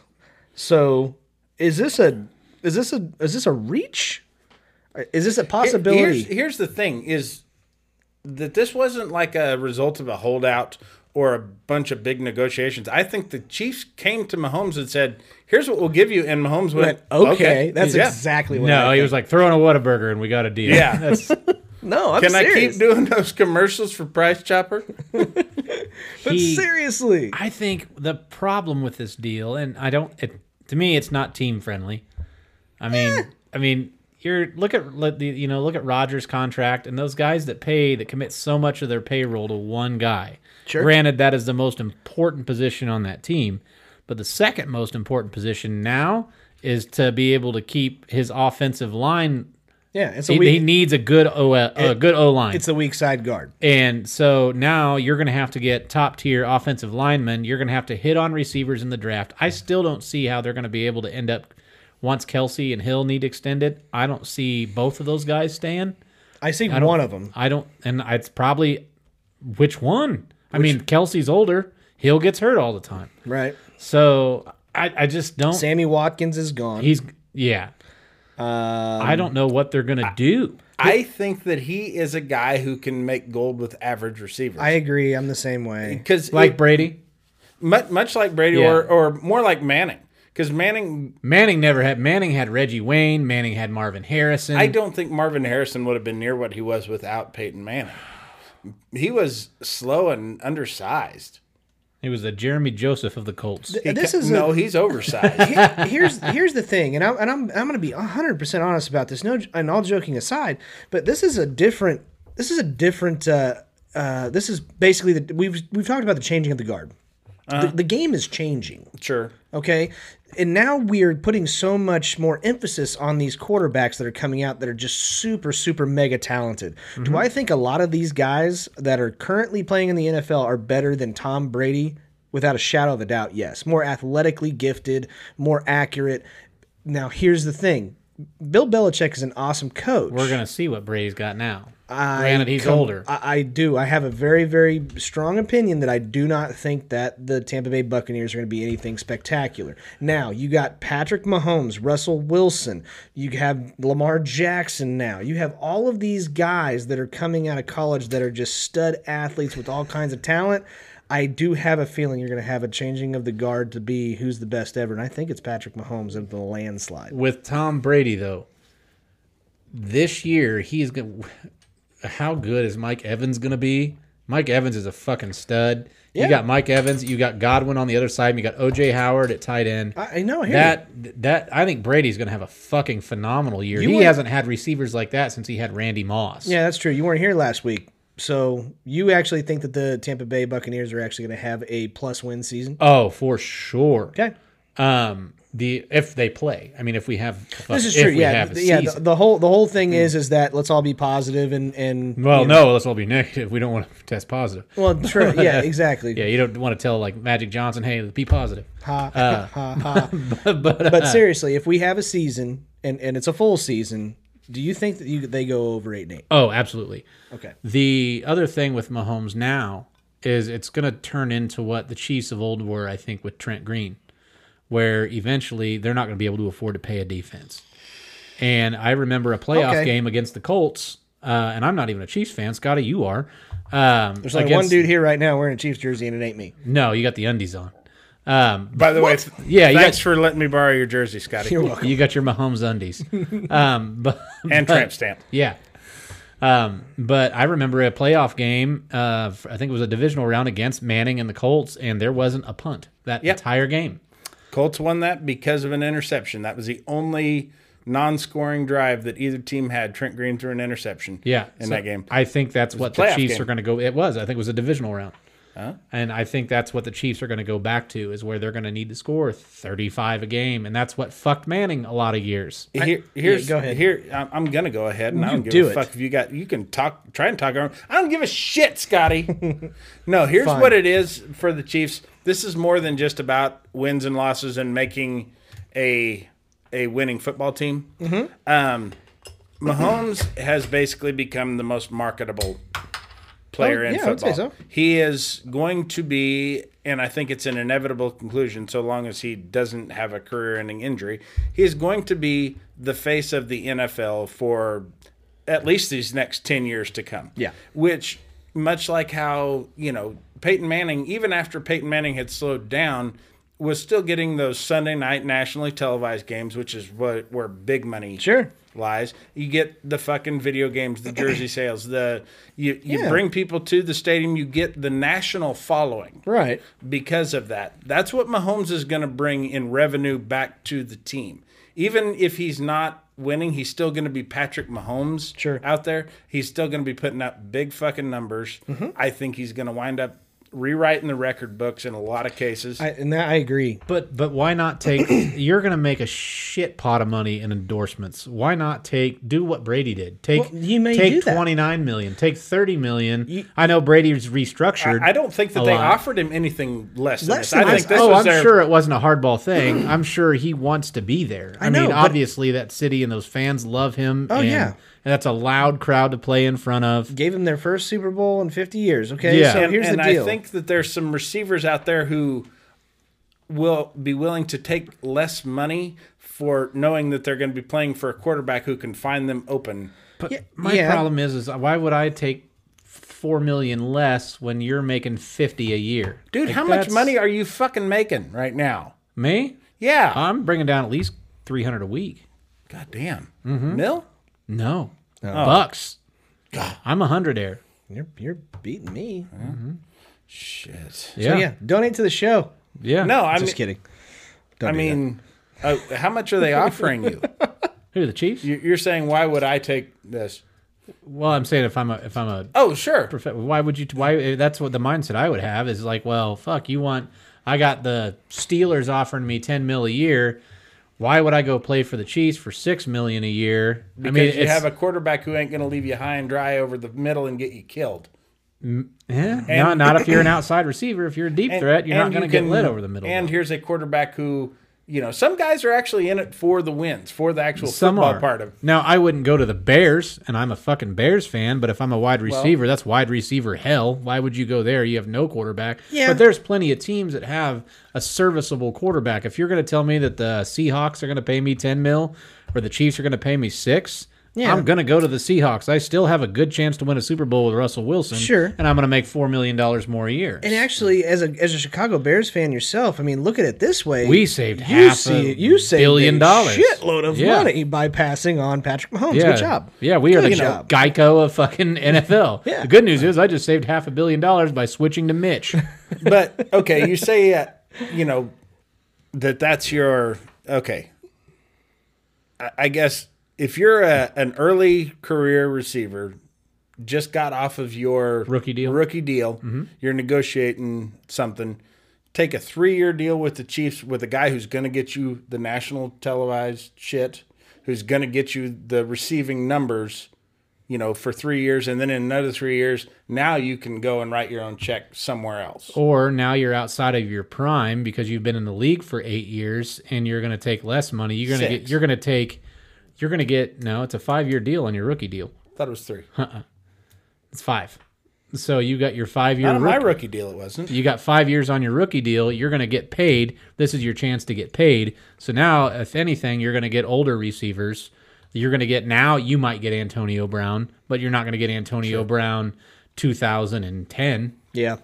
So is this a is this a is this a reach? Is this a possibility? Here's, here's the thing: is that this wasn't like a result of a holdout or a bunch of big negotiations. I think the Chiefs came to Mahomes and said, "Here's what we'll give you," and Mahomes went, okay, that's yeah. exactly what. I no, he think. was like throwing a Whataburger and we got a deal. Yeah. That's, no. I'm Can I serious. keep doing those commercials for Price Chopper? he- seriously? I think the problem with this deal, and I don't, it, to me, it's not team friendly. I mean, I mean, you're look at let the you know look at Rogers' contract and those guys that pay that commit so much of their payroll to one guy. Sure. Granted, that is the most important position on that team, but the second most important position now is to be able to keep his offensive line. Yeah, it's a He, weak. he needs a good O a good O line. it's a weak side guard. And so now you're going to have to get top tier offensive linemen. You're going to have to hit on receivers in the draft. I still don't see how they're going to be able to end up once Kelsey and Hill need extended. I don't see both of those guys staying. I see don't- one of them. I don't, and it's probably which one. I mean, Kelsey's older. Hill gets hurt all the time. Right. So I, I just don't. Sammy Watkins is gone. He's yeah. I don't know what they're going to do. Um, I think that he is a guy who can make gold with average receivers. I agree. I'm the same way. because Like Brady, much, much like Brady Yeah. or, or more like Manning. Because Manning, Manning never had. Manning had Reggie Wayne. Manning had Marvin Harrison. I don't think Marvin Harrison would have been near what he was without Peyton Manning. He was slow and undersized. It was the Jeremy Joseph of the Colts. He This ca- is no, a, he's oversized. he- here's here's the thing, and I'm and I'm I'm going to be 100 percent honest about this. No, and all joking aside, but this is a different. This is a different. Uh, uh, this is basically the we've we've talked about the changing of the guard. Uh-huh. the, the game is changing. sure. Okay. And now we're putting so much more emphasis on these quarterbacks that are coming out that are just super, super mega talented. Mm-hmm. Do I think a lot of these guys that are currently playing in the NFL are better than Tom Brady? Without a shadow of a doubt, yes. More athletically gifted, more accurate. Now, here's the thing Bill Belichick is an awesome coach. We're gonna see what Brady's got now. Granted, he's older. I, I do. I have a very, very strong opinion that I do not think that the Tampa Bay Buccaneers are going to be anything spectacular. Now, you got Patrick Mahomes, Russell Wilson, you have Lamar Jackson now. You have all of these guys that are coming out of college that are just stud athletes with all kinds of talent. I do have a feeling you're going to have a changing of the guard to be who's the best ever, and I think it's Patrick Mahomes of the landslide. With Tom Brady though, this year he's gonna. How good is Mike Evans gonna be? Mike Evans is a fucking stud. You got Mike Evans. You got Godwin on the other side. And you got OJ Howard at tight end. I, I know. I hear you. that that I think Brady's gonna have a fucking phenomenal year. he wouldn't- hasn't had receivers like that since he had Randy Moss. Yeah, that's true. You weren't here last week. So you actually think that the Tampa Bay Buccaneers are actually going to have a plus win season? Oh, for sure. Okay. Um. The if they play. I mean, if we have. This is if true. we Yeah. have a th- yeah. The, season. Hmm. the whole the whole thing is is that let's all be positive and and Well, you know- no, let's all be negative. We don't want to test positive. Well, true. Yeah, exactly. Yeah, you don't want to tell like Magic Johnson, hey, be positive. Ha, ha, ha, ha. But seriously, if we have a season and and it's a full season, do you think that you they go over eight and eight? Oh, absolutely. Okay. The other thing with Mahomes now is it's going to turn into what the Chiefs of old were, I think, with Trent Green, where eventually they're not going to be able to afford to pay a defense. And I remember a playoff Okay. game against the Colts, uh, and I'm not even a Chiefs fan. Scotty, you are. Um, There's only one dude here right now wearing a Chiefs jersey and it ain't me. No, you got the undies on. Um, By the way, th- Yeah, you thanks got- for letting me borrow your jersey, Scotty, you got your Mahomes undies. um, but and tramp stamp. Yeah. Um, but I remember a playoff game. Uh, f- I think it was a divisional round against Manning and the Colts, and there wasn't a punt that entire game. Colts won that because of an interception. That was the only non-scoring drive that either team had. Trent Green threw an interception. Yeah, in so that game. I think that's what the playoff Chiefs game. are going to go. It was. I think it was a divisional round. And I think that's what the Chiefs are going to go back to is where they're going to need to score 35 a game, and that's what fucked Manning a lot of years. Here, here's go ahead. Here, I'm- I'm gonna go ahead, and I You don't give do a it. fuck if you got. You can talk, try and talk around. I don't give a shit, Scotty. no, here's what it is for the Chiefs. This is more than just about wins and losses and making a a winning football team. Mm-hmm. Um, Mahomes has basically become the most marketable player Oh, in yeah, I would football. say so. He is going to be, and I think it's an inevitable conclusion, so long as he doesn't have a career ending injury, he is going to be the face of the NFL for at least these next 10 years to come. Yeah. Which, much like how, you know, Peyton Manning, even after Peyton Manning had slowed down, was still getting those Sunday night nationally televised games, which is what where big money Sure. lies. You get the fucking video games, the jersey sales, the you you Yeah. bring people to the stadium, you get the national following Right. because of that. That's what Mahomes is going to bring in revenue back to the team. Even if he's not winning, he's still going to be Patrick Mahomes Sure. out there. He's still going to be putting up big fucking numbers. Mm-hmm. I think he's going to wind up rewriting the record books in a lot of cases. I, and that I agree. But but why not take? you're going to make a shit pot of money in endorsements. Why not take do what Brady did? Take Well, you may do take that. twenty nine million. Take thirty million. I know Brady's restructured. I don't think that a they lot. offered him anything less than Less this. than I this. think this oh, was I'm their sure it wasn't a hardball thing. I'm sure he wants to be there. I, know, mean, but- obviously that city and those fans love him. Oh, and, yeah. and that's a loud crowd to play in front of. Gave them their first Super Bowl in 50 years. Okay. Yeah. So and, here's and the deal. I think that there's some receivers out there who will be willing to take less money for knowing that they're going to be playing for a quarterback who can find them open. But Yeah, my yeah. problem is, is why would I take four million less when you're making fifty a year, Dude, Like, how much that's- money are you fucking making right now? Me? Yeah. I'm bringing down at least three hundred a week. God damn. Mill? No, bucks. I'm a hundred air. you're, you're beating me. Shit. Yeah, So, yeah. yeah. Donate to the show. No, I Just mean, kidding. I mean, uh, how much are they offering you? Who the Chiefs? You- You're saying why would I take this? Well, I'm saying if I'm a if I'm a Oh, sure. prof- why would you why eh, that's what the mindset I would have is like, well, fuck, you want I got the Steelers offering me 10 mil a year. Why would I go play for the Chiefs for 6 million a year? I mean, Because you have a quarterback who ain't going to leave you high and dry over the middle and get you killed. yeah, not not if you're an outside receiver, if you're a deep threat, you're not and going to you get can- lit over the middle. And here's a quarterback who, you know, some guys are actually in it for the wins, for the actual some football are. part of. Now, I wouldn't go to the Bears, and I'm a fucking Bears fan, but if I'm a wide receiver, that's wide receiver hell. Why would you go there? You have no quarterback. Yeah. But there's plenty of teams that have a serviceable quarterback. If you're going to tell me that the Seahawks are going to pay me 10 mil or the Chiefs are going to pay me 6, Yeah. I'm going to go to the Seahawks. I still have a good chance to win a Super Bowl with Russell Wilson. Sure. And I'm going to make $4 million more a year. And actually, as a as a Chicago Bears fan yourself, I mean, look at it this way: We saved half a billion dollars. shitload of Yeah. money by passing on Patrick Mahomes. Good job. Yeah, we are Good the job. Geico of fucking NFL. Yeah. The good news is I just saved half a billion dollars by switching to Mitch. But okay, you say, uh, you know, that that's your okay. I, I guess if you're a, an early career receiver, just got off of your Rookie deal. Mm-hmm. rookie deal, you're negotiating something. Take a three year deal with the Chiefs with a guy who's going to get you the national televised shit, who's going to get you the receiving numbers. You know, for three years, and then in another three years, now you can go and write your own check somewhere else. or now you're outside of your prime because you've been in the league for eight years and you're gonna take less money. You're gonna get Six. you're gonna take you're gonna get no, it's a five year deal on your rookie deal. thought it was three. It's five. So you got your five year Not on my rookie deal, it wasn't. you got five years on your rookie deal. You're going to get paid. This is your chance to get paid. So now, if anything, you're going to get older receivers. You're going to get now. You might get Antonio Brown, but you're not going to get Antonio Brown 2010. Yeah.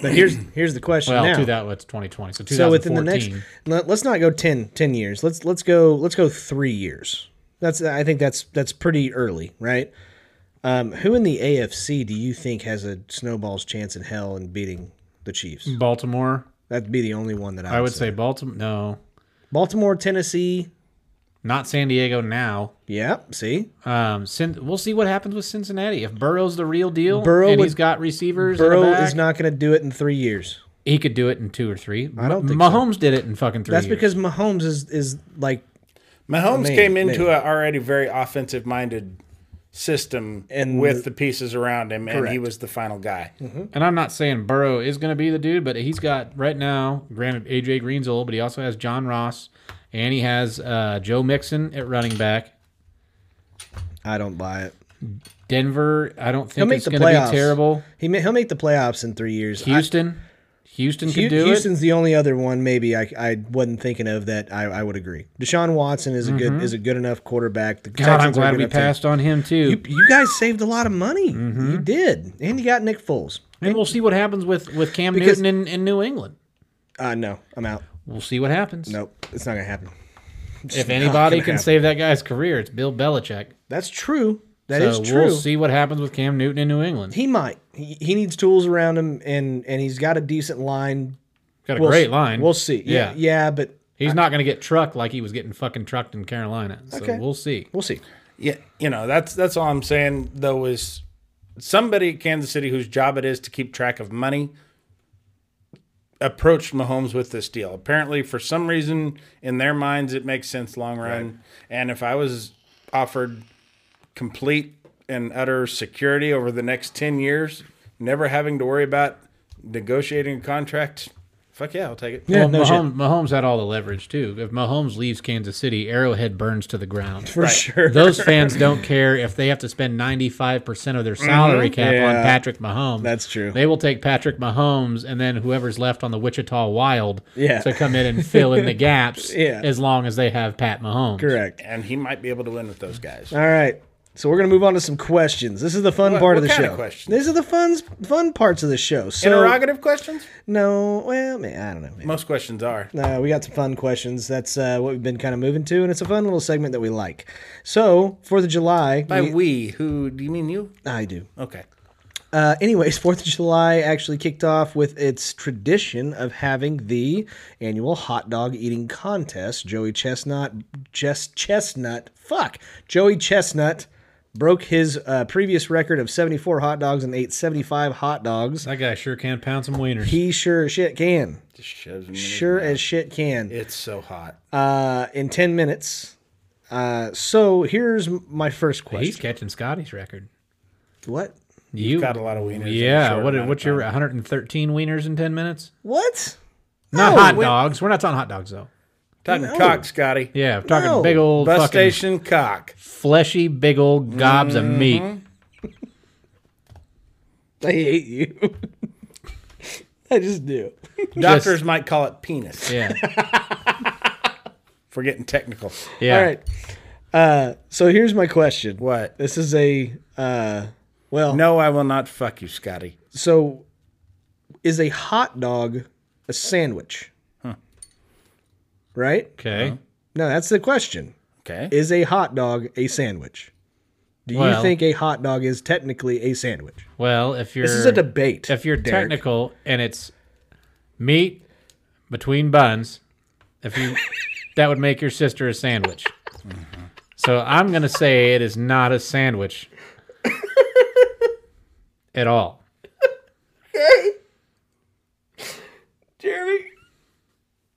But here's here's the question Well, now. two that what's 2020. So 2014. so within the next, let, us not go 10, 10 years. Let's let's go let's go three years. That's I think that's that's pretty early, right? Um, who in the AFC do you think has a snowball's chance in hell in beating the Chiefs? Hmm. Baltimore, That'd be the only one that I, I would say Baltimore. No, Baltimore, Tennessee, Not San Diego now. Yeah, see? Um, Cin- we'll see what happens with Cincinnati. If Burrow's the real deal, Burrow and would- he's got receivers, and a Burrow back, is not going to do it in three years. He could do it in two or three. I don't think Ma- so. Mahomes did it in fucking three. That's years. because Mahomes is is like, Mahomes Maybe, came into maybe. an already very offensive minded system And with the pieces around him, and he Correct. was the final guy. And I'm not saying Burrow is going to be the dude, but he's got right now. Granted, AJ Green's old, but he also has John Ross, and he has uh, Joe Mixon at running back. I don't buy it. Denver, I don't He'll think make it's the going to playoffs. be terrible. He may, he'll make the playoffs in three years. I- Houston, Houston Hu- could do Houston's the only other one maybe I, I wasn't thinking of that I, I would agree. Deshaun Watson is a good is a good enough quarterback. The it. Mm-hmm. God, I'm Texans are glad good we enough team. passed Mm-hmm. on him too. You, you guys saved a lot of money. You did, and you got Nick Foles. and we'll see what happens with with Cam Because- Newton in, in New England. Uh, no, I'm out. We'll see what happens. Nope, it's not gonna happen. if anybody gonna can happen. save that guy's career, it's Bill Belichick. That's true. That So is true. we'll see what happens with Cam Newton in New England. He might. He, he needs tools around him, and and he's got a decent line. Got a We'll- great line. We'll see. Yeah, yeah, but He's not going to get trucked like he was getting fucking trucked in Carolina. So Okay. we'll see. we'll see. Yeah, you know that's that's all I'm saying though is somebody at Kansas City whose job it is to keep track of money approached Mahomes with this deal. Apparently, for some reason in their minds, it makes sense long run. And if I was offered complete and utter security over the next ten years, never having to worry about negotiating a contract, fuck yeah, I'll take it. well, no Mahomes, Mahomes had all the leverage too. If Mahomes leaves Kansas City, Arrowhead burns to the ground. For sure. Those fans don't care if they have to spend 95% of their salary cap on Yeah. Patrick Mahomes. That's true. They will take Patrick Mahomes and then whoever's left on the Wichita Wild Yeah. to come in and fill in the gaps Yeah. as long as they have Pat Mahomes. Correct. And he might be able to win with those guys. All right. So we're gonna move on to some questions. This is the fun What- part of what the kind show. of questions? These are the fun fun parts of the show. So Interrogative questions? no, well, man, I don't know. Man. Most questions are. Uh, we got some fun questions. That's uh, what we've been kind of moving to, and it's a fun little segment that we like. So Fourth of July, By we- we, who do you mean you? I do. Okay. Uh, anyways, Fourth of July actually kicked off with its tradition of having the annual hot dog eating contest. Joey Chestnut, Jess Chestnut, fuck, Joey Chestnut broke his uh, previous record of 74 hot dogs and ate 75 hot dogs. That guy sure can pound some wieners. He sure as shit can. Just shoves them in his Sure mouth. as shit can It's so hot. uh, in 10 minutes. Uh, so here's m- my first He's question. catching Scotty's record. What? You Got a lot of wieners. in a Yeah, short what, amount of what's your time. 113 wieners in 10 minutes? What? Not No, hot wait- dogs. We're not talking hot dogs though. talking No. cock, Scotty? Yeah, we're talking No. big old Bus fucking station cock. fleshy, big old gobs of meat. Mm-hmm. I hate you. I just do. Doctors might call it penis. Yeah, If we're getting technical. yeah. All right. Uh, so here's my question. What? This is a uh, well. No, I will not fuck you, Scotty. So is a hot dog a sandwich? Right? Okay. No, that's the question. Okay. Is a hot dog a sandwich? Do you Well- think a hot dog is technically a sandwich? Well, if you're This is a debate. if you're Derek. technical and it's meat between buns, if you that would make your sister a sandwich. Mm-hmm. So I'm gonna say it is not a sandwich at all. Jeremy,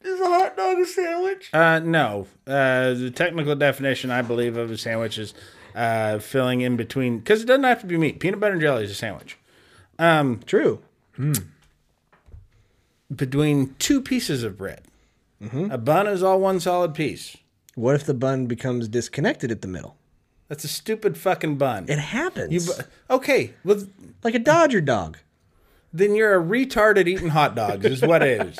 is a hot dog a sandwich? Uh, no. Uh, the technical definition I believe of a sandwich is uh, filling in between because it doesn't have to be meat. Peanut butter and jelly is a sandwich Um, True. Hmm. between two pieces of bread. Mm-hmm. A bun is all one solid piece. What if the bun becomes disconnected at the middle? That's a stupid fucking bun. It happens. You bu- okay? Well, like a Dodger dog. then you're a retard at eating hot dogs. Is what it is.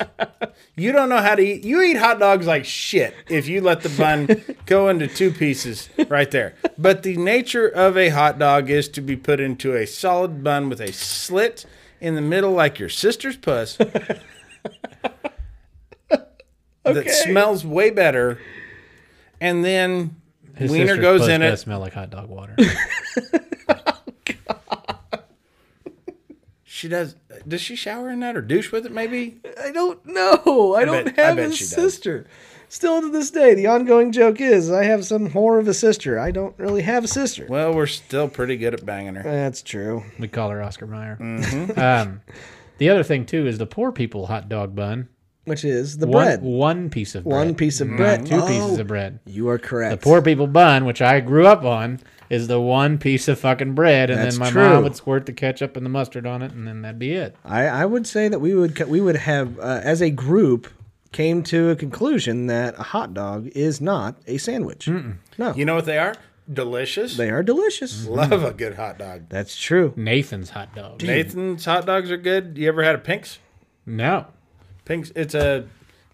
You don't know how to eat. You eat hot dogs like shit if you let the bun go into two pieces right there. But the nature of a hot dog is to be put into a solid bun with a slit in the middle, like your sister's puss. That smells way better, and then His wiener sister's goes puss in does it. Smell like hot dog water. She does. Does she shower in that or douche with it? Maybe. I don't know. I don't bet- I have bet a she does. sister. Still to this day, the ongoing joke is I have some whore of a sister. I don't really have a sister. Well, we're still pretty good at banging her. That's true. We call her Oscar Mayer. Mm-hmm. Um, the other thing too is the poor people hot dog bun. Which is the One bread. one piece of bread. Mm-hmm. One piece of bread. two pieces Oh, of bread. You are correct. The poor people bun, which I grew up on, is the one piece of fucking bread, and That's then my true. mom would squirt the ketchup and the mustard on it, and then that'd be it. I, I would say that we would co- we would have uh, as a group came to a conclusion that a hot dog is not a sandwich. No, You know what they are? Delicious. they are delicious. Mm. love a good hot dog. That's true. Nathan's hot dog. Nathan's hot dogs are good. You ever had a Pink's? No, Pink's. It's a.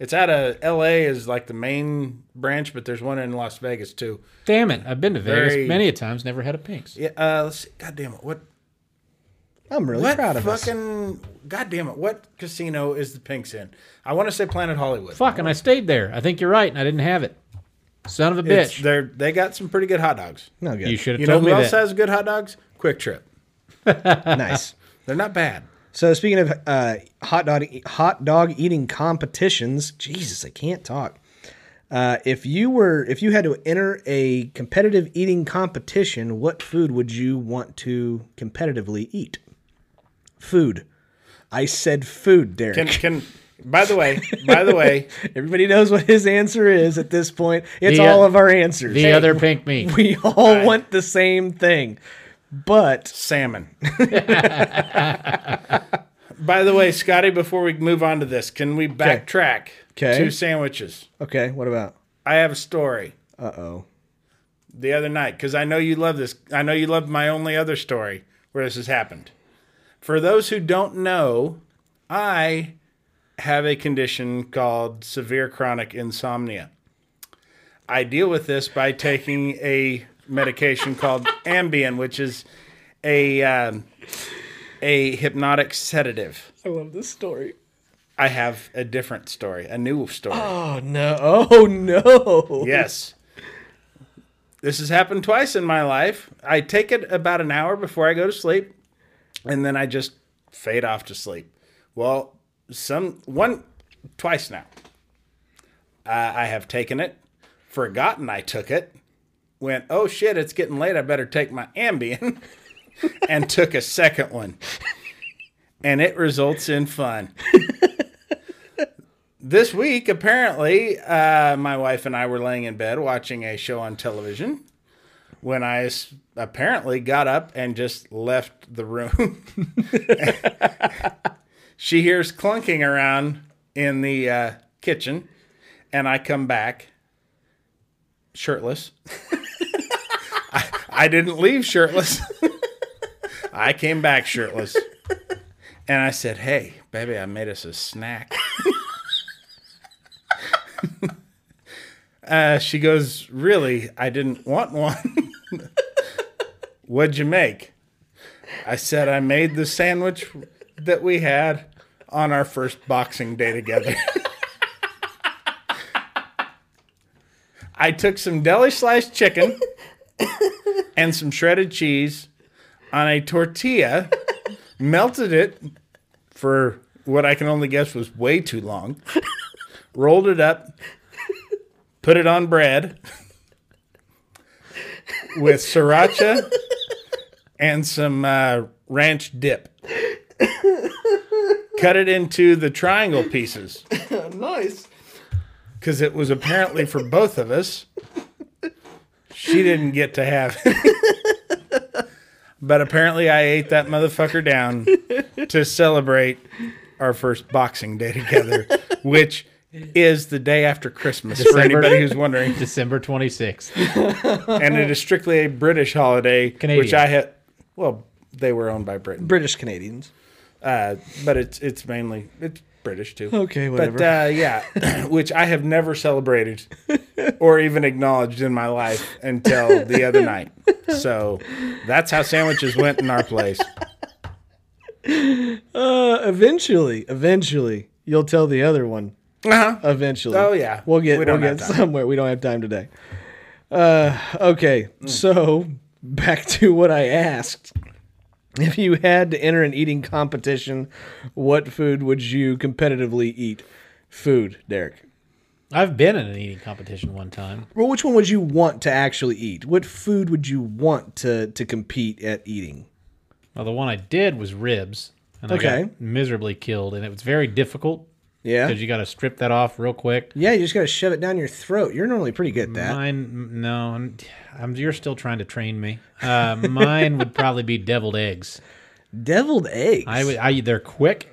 It's out of L.A. is like the main branch, but there's one in Las Vegas too. damn it! I've been to Vegas Very- many a times, never had a Pink's. Yeah. Uh, let's see. God damn it. What? I'm really What proud of us. fucking? God damn it. What casino is the Pink's in? I want to say Planet Hollywood. Fuck, and I stayed there. I think you're right, and I didn't have it. Son of a It's, bitch! they're they got some pretty good hot dogs. No good. You should You have know told who me else that. has good hot dogs? Quick Trip. nice. They're not bad. So speaking of uh, hot dog hot dog eating competitions, Jesus, I can't talk. Uh, if you were if you had to enter a competitive eating competition, what food would you want to competitively eat? Food. I said food, Derek. Can can. By the way, by the way, Everybody knows what his answer is at this point. It's The, uh, all of our answers. the other pink meat. we all want the same thing. But salmon. By the way, Scotty, before we move on to this, can we backtrack 'Kay. to sandwiches? okay, what about? I have a story Uh oh. the other night because I know you love this. I know you love my only other story where this has happened. For those who don't know, I have a condition called severe chronic insomnia. I deal with this by taking a medication called Ambien, which is a um, a hypnotic sedative. I love this story. I have a different story, a new story. Oh no. Oh no. Yes. This has happened twice in my life. I take it about an hour before I go to sleep, and then I just fade off to sleep. Well, some one twice now. Uh, I have taken it, forgotten I took it, went, oh shit, it's getting late. I better take my Ambien, and took a second one. And it results in fun this week, apparently, uh, my wife and I were laying in bed watching a show on television when I s- apparently got up and just left the room. she hears clunking around in the uh, kitchen, and I come back shirtless. I, I didn't leave shirtless. I came back shirtless. And I said, Hey, baby, I made us a snack. Uh, she goes, Really? I didn't want one. What'd you make? I said, I made the sandwich that we had on our first boxing day together. I took some deli sliced chicken and some shredded cheese on a tortilla, melted it for what I can only guess was way too long, rolled it up, put it on bread with sriracha and some uh, ranch dip. Cut it into the triangle pieces Nice. because it was apparently for both of us. She didn't get to have it. but apparently, I ate that motherfucker down to celebrate our first Boxing Day together, which is the day after Christmas for December. anybody who's wondering. December 26th. and Oh. it is strictly a British holiday, which Canadian. I had. Well, they were owned by Britain, British Canadians. uh, but it's it's mainly it's British too. Okay, whatever. But uh, yeah, which I have never celebrated or even acknowledged in my life until the other night. So that's how sandwiches went in our place. Uh, eventually, eventually, you'll tell the other one. Uh-huh. Eventually. Oh, yeah. We'll get We we will don't get have time. somewhere. We don't have time today. Uh, okay. Hmm. So back to what I asked. If you had to enter an eating competition, what food would you competitively eat? Food, Derek. I've been in an eating competition one time. Well, which one would you want to actually eat? What food would you want to to compete at eating? Well, the one I did was ribs, and I Okay. got miserably killed, and it was very difficult Yeah. because you got to strip that off real quick. yeah, you just got to shove it down your throat. You're normally pretty good at that. Mine, no, I'm, I'm- you're still trying to train me. Uh, mine would probably be deviled eggs. Deviled eggs. I, would- I, they're quick,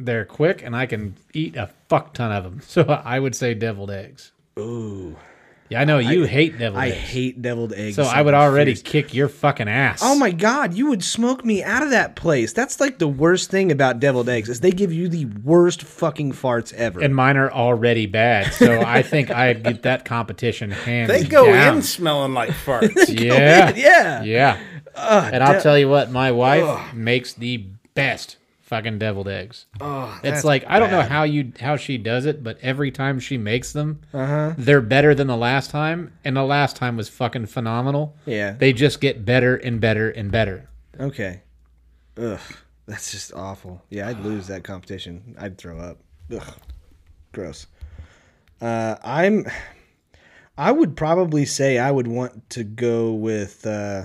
they're quick, and I can eat a fuck ton of them. So I would say deviled eggs. Ooh. Yeah, I know you hate deviled I eggs. hate deviled eggs. so I would already kick your fucking ass. Oh my god, you would smoke me out of that place. That's like the worst thing about deviled eggs is they give you the worst fucking farts ever. And mine are already bad, so I think I get that competition hands They go down. in smelling like farts. Yeah, yeah. yeah. and I'll tell you what, my wife makes the best fucking deviled eggs. it's like I don't know how you how she does it, but every time she makes them, they're better than the last time, and the last time was fucking phenomenal. Yeah. they just get better and better and better. Okay. Ugh. That's just awful. Yeah, I'd lose that competition. I'd throw up. Ugh. Gross. Uh, I'm. I would probably say I would want to go with. Uh,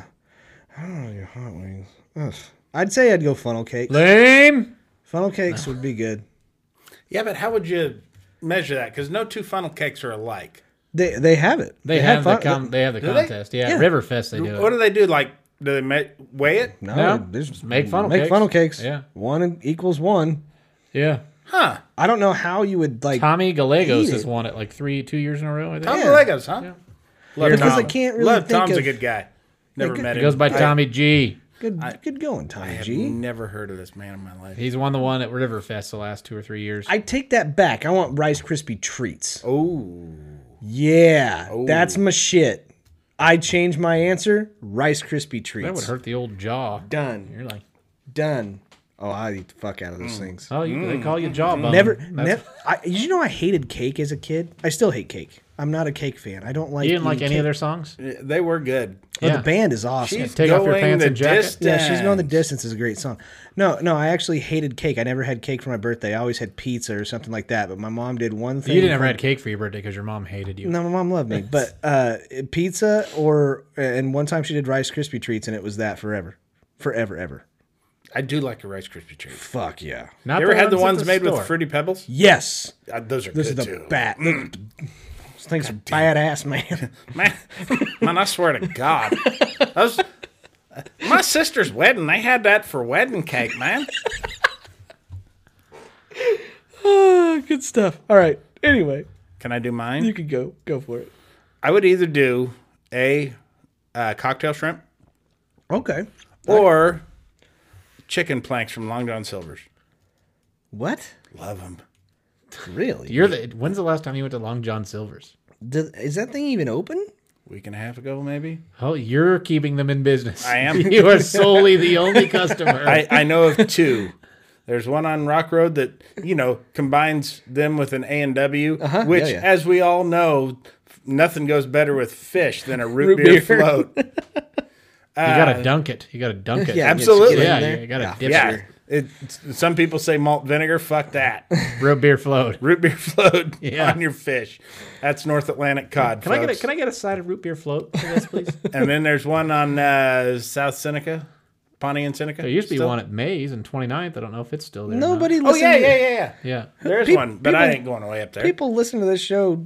I don't know your hot wings. Ugh. I'd say I'd go funnel cakes. Lame. Funnel cakes would be good. yeah, but how would you measure that? Because no two funnel cakes are alike. They they have it. They, have, fun- the com- they have the they? contest. Yeah, Riverfest they do. What do it. they do? Like, do they me- weigh it? No, No, they just just make funnel make cakes. funnel cakes. Yeah. one equals one. Yeah, Huh? I don't know how you would like Tommy Gallegos Eat has it. won it like three, two years in a row. I think Tom Yeah. Gallegos, huh? Love Because I can't really Love think Tom's a of- good guy. Never good- met it him. goes by I- Tommy G. good good going, Tommy I've G. never heard of this man in my life. He's won the one at Riverfest the last two or three years. I take that back. I want Rice Krispie treats. Oh, Yeah, that's my shit. I change my answer. Rice Krispie treats. that would hurt the old jaw. Done. You're like, Done. Oh, I eat the fuck out of those things. oh, you, Mm. they call you jawbone. Never, That's- never. I, did you know I hated cake as a kid? I still hate cake. I'm not a cake fan. I don't like. You didn't like eating any cake. of their songs? they were good. Oh, yeah. The band is awesome. She's take off your pants and jacket. yeah, she's going the distance. distance is a great song. No, no, I actually hated cake. I never had cake for my birthday. I always had pizza or something like that. But my mom did one thing. You didn't ever had cake for your birthday because your mom hated you. No, my mom loved me, but uh, pizza or and one time she did Rice Krispie treats, and it was that forever, forever, ever. I do like a Rice Krispie treat. Fuck yeah. Not you ever had the at ones the made store. with fruity pebbles? Yes, Uh, those are this good is the too. bat. Those things are badass, man. Man, man, I swear to God, those, my sister's wedding. They had that for wedding cake, man. Ah, Good stuff. All right. Anyway, Can I do mine? could go. Go for it. I would either do a uh, cocktail shrimp Okay. or chicken planks from Long John Silver's. What? Love them. Really? You're the. When's the last time you went to Long John Silver's? Do- is that thing even open? Week and a half ago, maybe. Oh, you're keeping them in business. I am. you are solely the only customer. I, I know of two. There's one on Rock Road that you know combines them with an A and W, Uh-huh. which, yeah, yeah. as we all know, nothing goes better with fish than a Root root, beer, beer. float. you uh, gotta dunk it. You gotta dunk it. Yeah, yeah. just absolutely. get in Yeah, there. you gotta dip yeah, it. it, some people say malt vinegar. Fuck that. Root beer float. root beer float Yeah. on your fish. That's North Atlantic cod. Can I get a Can I get a side of root beer float for this, please? there And then there's one on uh, South Seneca, Pawnee and Seneca. There used to be one at Mays and 29th. I don't know if it's still there. or not. Nobody. Oh Listen yeah, to yeah, yeah, yeah. Yeah. There's Peop- one, but I people- ain't going away up there. People listen to this show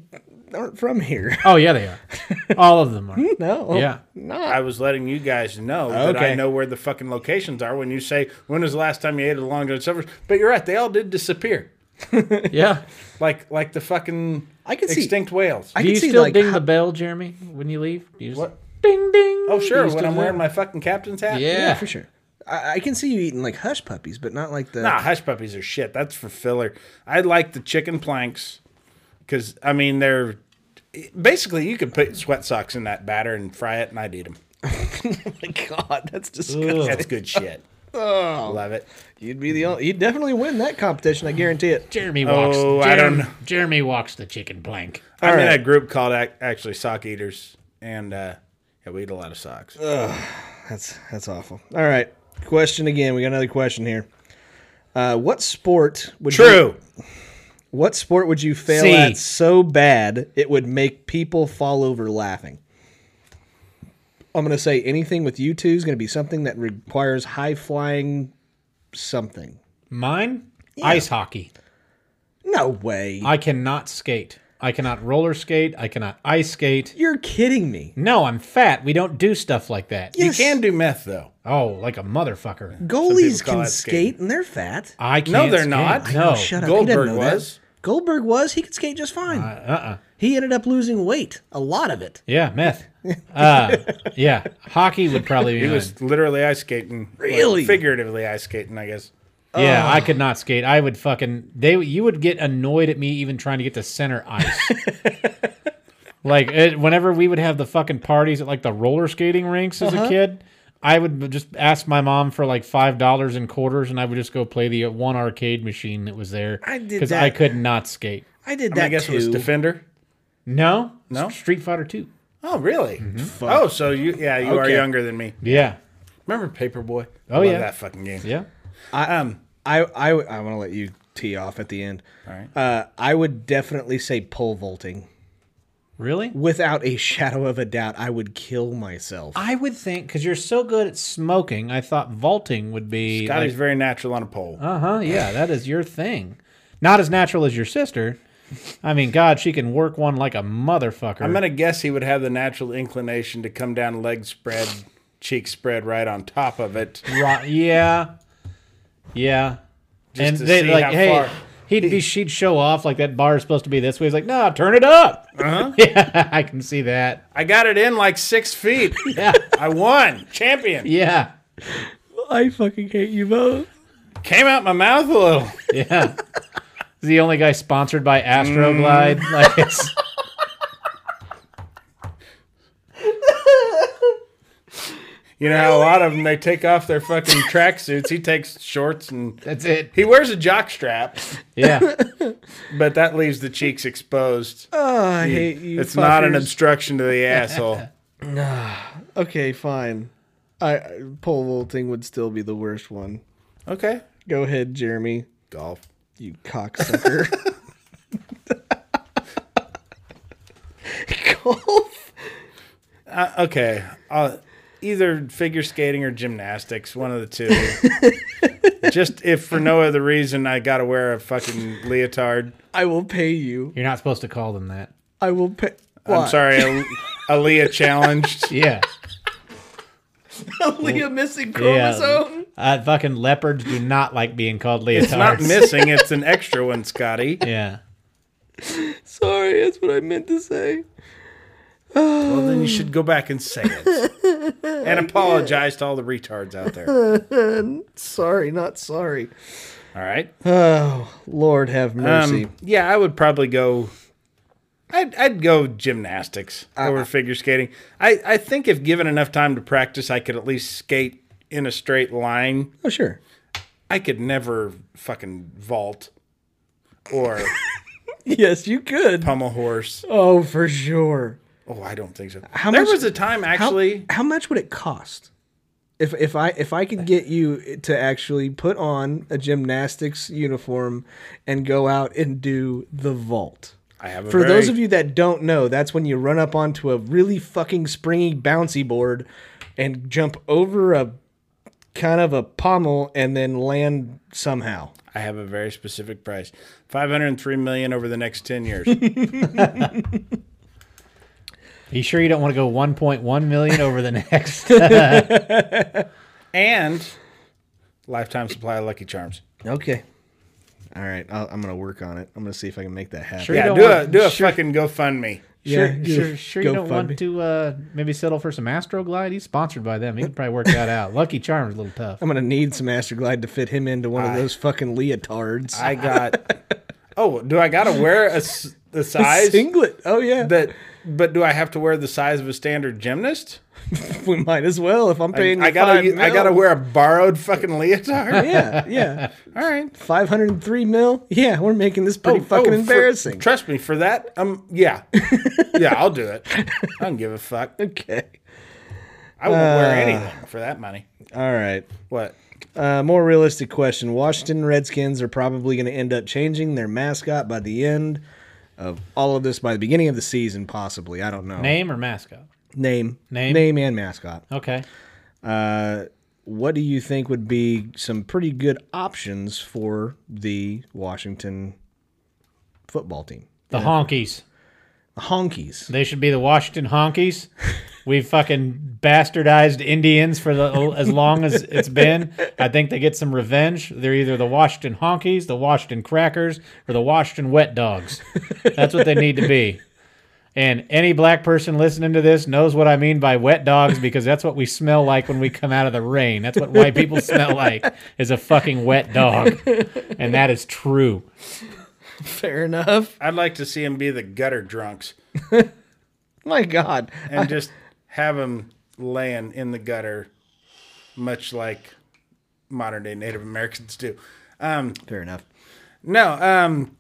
aren't from here. Oh yeah, they are. All of them are. no. Yeah. Not. I was letting you guys know that Oh, Okay. I know where the fucking locations are when you say when was the last time you ate at a Long John Silver's. But you're right, they all did disappear, Yeah. like like the fucking I can see- extinct whales. I Do can you see still like ding how- the bell, Jeremy, when you leave? Do you just What? ding ding? oh sure, Do you when still I'm do wearing my that? fucking captain's hat. Yeah. Yeah, for sure. I, I can see you eating like hush puppies, but not like the. Nah, hush puppies are shit. That's for filler. I like the chicken planks because I mean they're basically you could put sweat socks in that batter and fry it, and I'd eat them. my God, that's disgusting. That's good shit. Love it. You'd be the only. You'd definitely win that competition. I guarantee it. Jeremy walks. Oh, I Jeremy, don't know. Jeremy walks the chicken plank. I'm in right. a group called ac- actually Sock Eaters, and uh, yeah, we eat a lot of socks. That's that's awful. All right, question again. We got another question here. Uh, what sport would True. You, What sport would you fail C. at so bad it would make people fall over laughing? I'm going to say anything with you two is going to be something that requires high flying something. Mine, ice hockey. No way. I cannot skate. I cannot roller skate. I cannot ice skate. You're kidding me. No, I'm fat. We don't do stuff like that. You Yes. can do meth though. Oh, like a motherfucker. Goalies call can that skate skating. and they're fat. I can't. No, they're skate. not. No. Oh, shut up. Goldberg he didn't know that. was. Goldberg Oh, was. uh-uh. He could skate just fine. Uh uh he ended up losing weight, a lot of it. Yeah, meth. Uh, yeah, hockey would probably be. He mine. was literally ice skating. Well, Really? figuratively ice skating, I guess. Yeah, I could not skate. I would fucking they. You would get annoyed at me even trying to get to center ice. like it, whenever we would have the fucking parties at like the roller skating rinks as Uh-huh. a kid, I would just ask my mom for like five dollars in quarters, and I would just go play the uh, one arcade machine that was there I did because I that. could not skate. I did that I, mean, I guess too. it was Defender. No, No? Street Fighter Two. Oh, really? Oh, so you? Yeah, you are Okay. younger than me. Yeah, Remember Paperboy? Oh, Love yeah. that fucking game. yeah. Um, I I, I want to let you tee off at the end. All right. Uh, I would definitely say pole vaulting. Really? Without a shadow of a doubt, I would kill myself. I would think because you're so good at smoking, I thought vaulting would be Scotty's very natural on a pole. Uh huh. Yeah, that is your thing. Not as natural as your sister. I mean, God, she can work one like a motherfucker. I'm gonna guess he would have the natural inclination to come down, leg spread, cheek spread, right on top of it. Ro- yeah, yeah. and to they see like, how hey, far- he'd be, she'd show off like that bar is supposed to be this way. He's like, nah, turn it up. Uh-huh. yeah, I can see that. I got it in like six feet. Yeah, I won, champion. yeah, I fucking hate you both. Came out my mouth a little. yeah. Is the only guy sponsored by Astroglide? Mm. Like, it's, You know how a lot of them they take off their fucking tracksuits. He takes shorts and that's it. he wears a jock strap, Yeah. but that leaves the cheeks exposed. Oh, I hate you. it's not an fuckers. obstruction to the asshole. Okay, fine. I- I pole vaulting would still be the worst one. Okay. Go ahead, Jeremy. Golf. You cocksucker. Golf. Uh, okay. Uh, either figure skating or gymnastics, one of the two. Just if for no other reason I got to wear a fucking leotard. I will pay you. You're not supposed to call them that. I will pay. I'm sorry, a, a Leah challenged. Yeah. Only a missing chromosome. Uh, fucking leopards do not like being called leotards. It's not missing, it's an extra one, Scotty. Yeah. Sorry, that's what I meant to say. Well, then you should go back and say it. And apologize to all the retards out there. All Sorry, not sorry. right. Oh, Lord have mercy. Um, yeah, I would probably go. I'd, I'd go gymnastics over figure skating. I, I think if given enough time to practice, I could at least skate in a straight line. oh, sure. I could never fucking vault or Yes, you could. pummel horse. Oh, for sure. Oh, I don't think so. How there much- was a time actually. how, how much would it cost? If, if I if I could get you to actually put on a gymnastics uniform and go out and do the vault. I have a For very, those of you that don't know, that's when you run up onto a really fucking springy bouncy board and jump over a kind of a pommel and then land somehow. I have a very specific price: five hundred and three million over the next ten years. Are you sure you don't want to go 1.1 million over the next? and lifetime supply of Lucky Charms. Okay. All right, I'll, I'm gonna work on it. I'm gonna see if I can make that happen. Sure. We Yeah, don't do a want- do a sure. fucking GoFundMe. sure, Yeah, sure, you- sure you don't GoFundMe. want to uh, maybe settle for some Astroglide? He's sponsored by them. He could probably work that out. Lucky Charms, a little tough. I'm gonna need some Masterglide to fit him into one of those fucking leotards. I got. oh, do I got to wear a, s- the A size singlet. Oh yeah, that? But do I have to wear the size of a standard gymnast? we might as well. If I'm I, paying, you gotta. five u- I mil. gotta wear a borrowed fucking leotard. Yeah, yeah. All right. Five hundred and three mil. Yeah, we're making this pretty Oh, fucking oh, for- embarrassing. trust me for that. Um. Yeah. yeah. I'll do it. I don't give a fuck. okay. Uh, I won't wear anything for that money. All right. What? Uh, more realistic question: Washington Redskins are probably going to end up changing their mascot by the end of all of this, by the beginning of the season, possibly. I don't know. Name or mascot? name, Name? name, and mascot. Okay. Uh, what do you think would be some pretty good options for the Washington football team? The Honkies. The Honkies. They should be the Washington Honkies. We've fucking bastardized Indians for the as long as it's been. I think they get some revenge. They're either the Washington Honkies, the Washington Crackers, or the Washington Wet Dogs. That's what they need to be. And any black person listening to this knows what I mean by wet dogs because that's what we smell like when we come out of the rain. That's what white people smell like is a fucking wet dog. And that is true. Fair enough. I'd like to see him be the gutter drunks My God, and just have him laying in the gutter, much like modern day Native Americans do. Um, fair enough. no, um,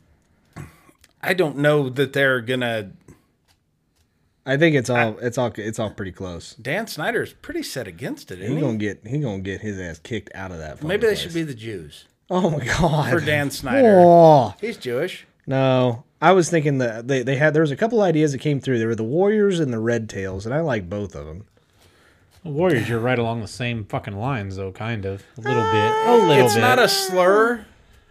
I don't know that they're gonna. I think it's all it's all it's all pretty close. Dan Snyder's pretty set against it, isn't He's he? gonna get he's gonna get his ass kicked out of that. Maybe they should be the Jews Oh my God. for Dan Snyder. Oh He's Jewish. no, I was thinking that they, they had there was a couple ideas that came through. There were the Warriors and the Red Tails, and I like both of them. Warriors, you're right along the same fucking lines, though, kind of. A little bit. A little Uh, It's bit. not a slur.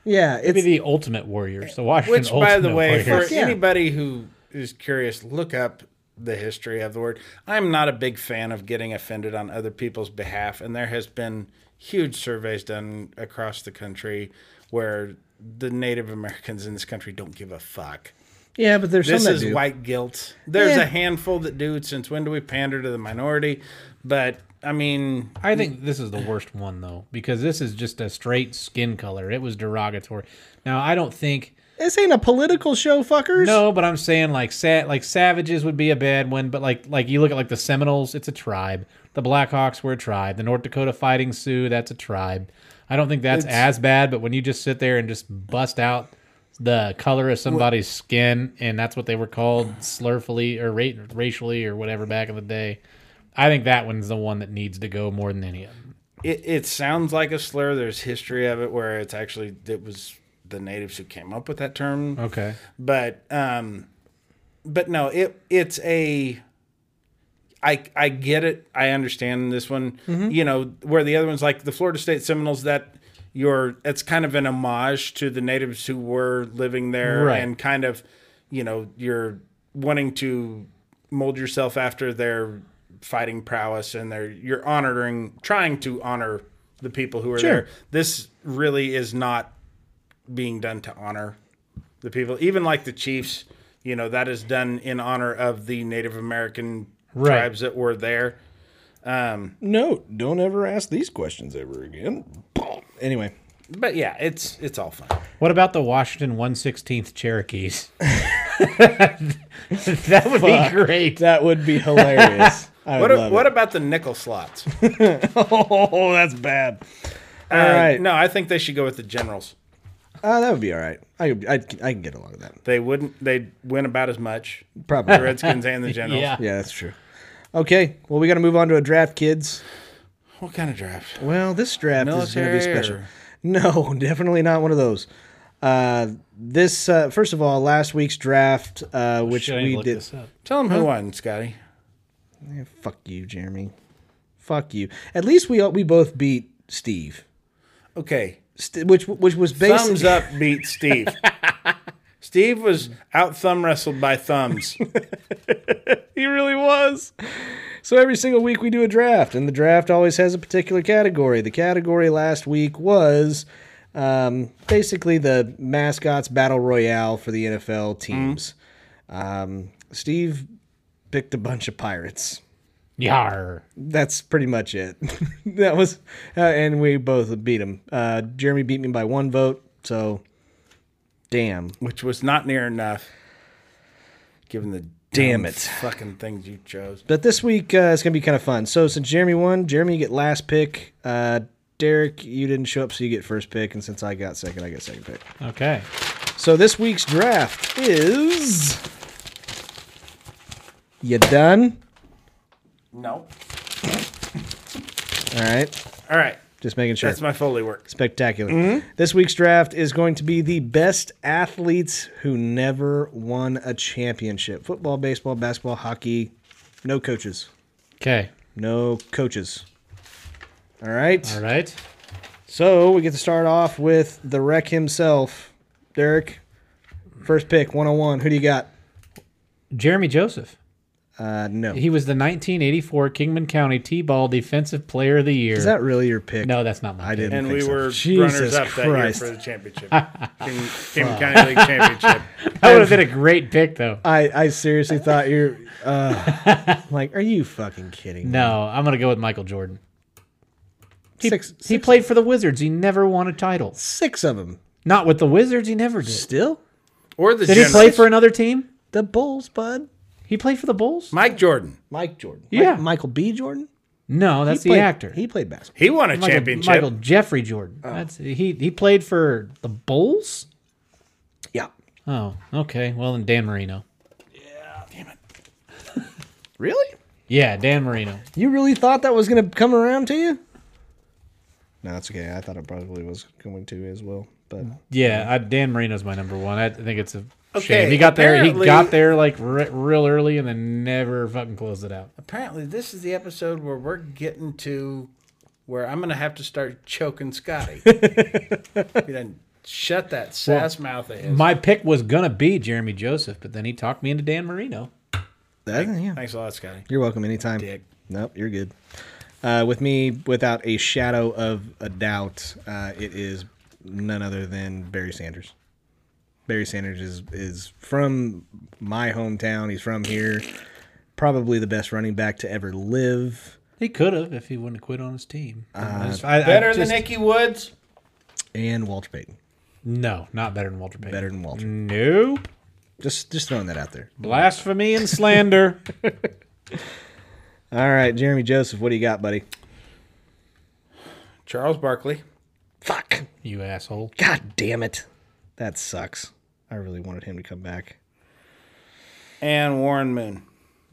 Yeah, it's Maybe the Ultimate Warriors, the Washington Which, Ultimate by the way, Warriors. for yeah. anybody who is curious, look up the history of the word. I'm not a big fan of getting offended on other people's behalf, and there has been huge surveys done across the country where the Native Americans in this country don't give a fuck. yeah, but there's This some that is do. white guilt. There's Yeah. a handful that do. Since when do we pander to the minority? But I mean, I think this is the worst one though, because this is just a straight skin color. It was derogatory. Now I don't think This ain't a political show, fuckers. no, but I'm saying like sa- like savages would be a bad one, but like like you look at like the Seminoles, it's a tribe. The Blackhawks were a tribe. The North Dakota Fighting Sioux, that's a tribe. I don't think that's as bad, but when you just sit there and just bust out the color of somebody's skin, and that's what they were called slurfully or ra- racially or whatever back in the day. I think that one's the one that needs to go more than any of them. it, it sounds like a slur. There's history of it where it's actually it was the natives who came up with that term. Okay. but um but no it it's a I, I get it. I understand this one. You know, where the other one's like the Florida State Seminoles, that your it's kind of an homage to the natives who were living there Right. and kind of, you know, you're wanting to mold yourself after their fighting prowess and their you're honoring trying to honor the people who are there. This really is not being done to honor the people. Even like the Chiefs, you know, that is done in honor of the Native American Right. tribes that were there. no, don't ever ask these questions ever again. Anyway, But yeah, it's it's all fun. What about the Washington 116th Cherokees? that would be great. that would be hilarious. I would What love what it. about the nickel slots? oh, that's bad. All Uh, right, No, I think they should go with the generals. Uh, that would be all right. I, I, I can get along with that. They wouldn't. They'd win about as much. Probably. The Redskins and the generals. Yeah. Yeah, that's true. Okay, well, we got to move on to a draft, kids. What kind of draft? Well, this draft is going to Military be special. or- No, definitely not one of those. Uh, this uh, first of all, last week's draft, uh, which Should I we look did. this up? Tell them who won, Scotty. Eh, fuck you, Jeremy. Fuck you. At least we we both beat Steve, Okay. St- which which was based. Thumbs up beat Steve. Steve was out thumb wrestled by thumbs. He really was. So every single week we do a draft, and the draft always has a particular category. The category last week was um, basically the mascots battle royale for the NFL teams. Mm-hmm. Um, Steve picked a bunch of pirates. Yar. That's pretty much it. that was, uh, and we both beat him. Uh, Jeremy beat me by one vote, so damn. which was not near enough, given the Damn dumb it. fucking things you chose. But this week uh, it's gonna be kind of fun. So since Jeremy won, Jeremy you get last pick. Uh, Derek, you didn't show up, so you get first pick. And since I got second, I get second pick. Okay. So this week's draft is. You done? No. All right. All right. Just making sure. That's my Foley work. Spectacular. Mm-hmm. This week's draft is going to be the best athletes who never won a championship football, baseball, basketball, hockey. No coaches. Okay. No coaches. All right. All right. So we get to start off with the wreck himself, Derek. First pick, 101. Who do you got? Jeremy Joseph. Uh, no. He was the 1984 Kingman County T-ball Defensive Player of the Year. Is that really your pick? no, that's not my I pick. didn't. And think we so. were Jesus runners up Christ. that year for the championship. King, King County League Championship. That would have been a great pick, though. I, I seriously thought you're uh, like, are you fucking kidding? me? No, I'm going to go with Michael Jordan. He, Six- he played for the Wizards. He never won a title. Six of them. Not with the Wizards. He never did. Still? Or the Did he Generals. play for another team? The Bulls, bud. He played for the Bulls? Mike Jordan? Mike Jordan. Yeah. Mi- Michael B. Jordan? No, He that's the played- actor. He Oh. played basketball. He won a Michael, championship. Michael Jeffrey Jordan. That's he. He played for the Bulls. Yeah. Oh, okay. Well, then Dan Marino. Really? Yeah, Dan Marino. You really thought that was going to come around to you? No, that's okay. I thought it probably was going to as well. But Yeah, I, Dan Marino's my number one. I think it's a shame Okay, he got there. He apparently- got there like re- real early and then never fucking closed it out. Apparently, this is the episode where we're getting to where I'm going to have to start choking Scotty. he done shut that sass mouth of his. My pick was gonna be Jeremy Joseph, but then he talked me into Dan Marino. that, yeah. Thanks a lot, Scotty. You're welcome anytime. Dick. Nope, you're good. Uh, with me, without a shadow of a doubt, uh, it is none other than Barry Sanders. Barry Sanders is is from my hometown. He's from here. Probably the best running back to ever live. He could have if he wouldn't have quit on his team. Better than Nicky Woods. And Walter Payton, No, not better than Walter Payton. better than Walter. Nope. Just just throwing that out there. Blasphemy and slander. All right, Jeremy Joseph, what do you got, buddy? Charles Barkley. Fuck. you asshole. God damn it. That sucks. I really wanted him to come back. And Warren Moon.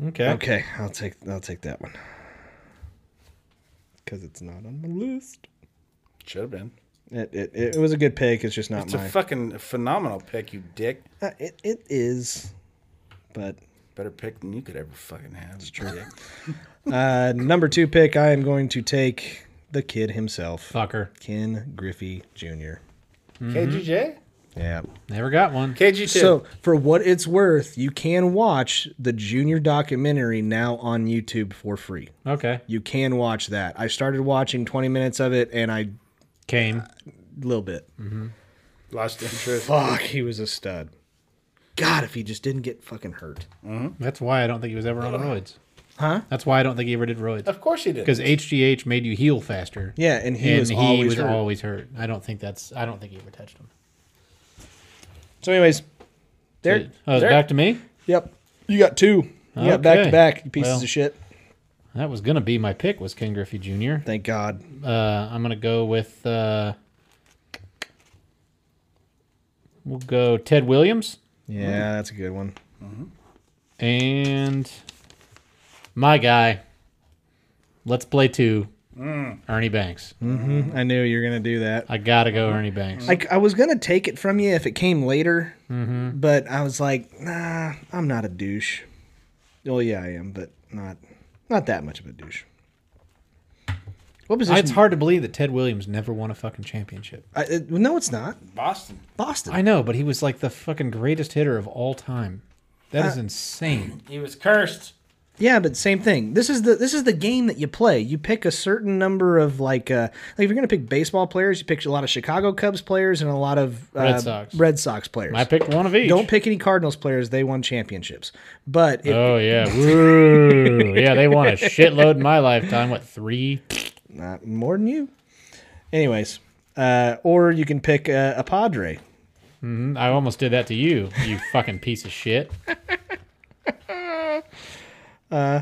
Okay. Okay, I'll take I'll take that one. Cause it's not on my list. Should have been. It it, it was a good pick. It's just not It's my. a fucking phenomenal pick, you dick. uh, it it is, but Better pick than you could ever fucking have. It's true. uh, number two pick. I am going to take the kid himself, Uh. Fucker. Ken Griffey Jr. Mm-hmm. KGJ? Yeah. Never got one. KG2. So for what it's worth, you can watch the junior documentary now on YouTube for free. Okay. You can watch that. I started watching 20 minutes of it, and I a Came. little bit. Lost interest. Fuck, he was a stud. God, if he just didn't get fucking hurt. That's why I don't think he was ever on roids. Huh? That's why I don't think he ever did roids. Of course he did. Because HGH made you heal faster. Yeah, and he and was he always was hurt. always hurt. I don't think that's. I don't think he ever touched him. So, anyways, there. Oh, it's Derek. back to me. Yep. You got two. You got back to Okay. back, you pieces Well. of shit. That was gonna be my pick. Was Ken Griffey Jr. Thank God. Uh, I'm gonna go with. Uh, we'll go Ted Williams Yeah, that's a good one. and my guy. Let's play two. Ernie Banks. I knew you were going to do that. I gotta go Ernie Banks. I, I was going to take it from you if it came later, Mm-hmm. but I was like, nah, I'm not a douche. Well, yeah, I am, but not not that much of a douche. What position? it's hard to believe that Ted Williams never won a fucking championship. I, it, no, it's not. Boston. Boston. I know, but he was like the fucking greatest hitter of all time. That Uh, is insane. He was cursed. Yeah, but same thing. This is the this is the game that you play. You pick a certain number of like uh, like if you're gonna pick baseball players, you pick a lot of Chicago Cubs players and a lot of uh, Red Sox. Red Sox players. I picked one of each. Don't pick any Cardinals players; they won championships. But if, Oh yeah, Woo. yeah. They won a shitload in my lifetime. What three? Oh. not more than you. Anyways, uh, or you can pick uh, a Padre. I almost did that to you, you fucking piece of shit.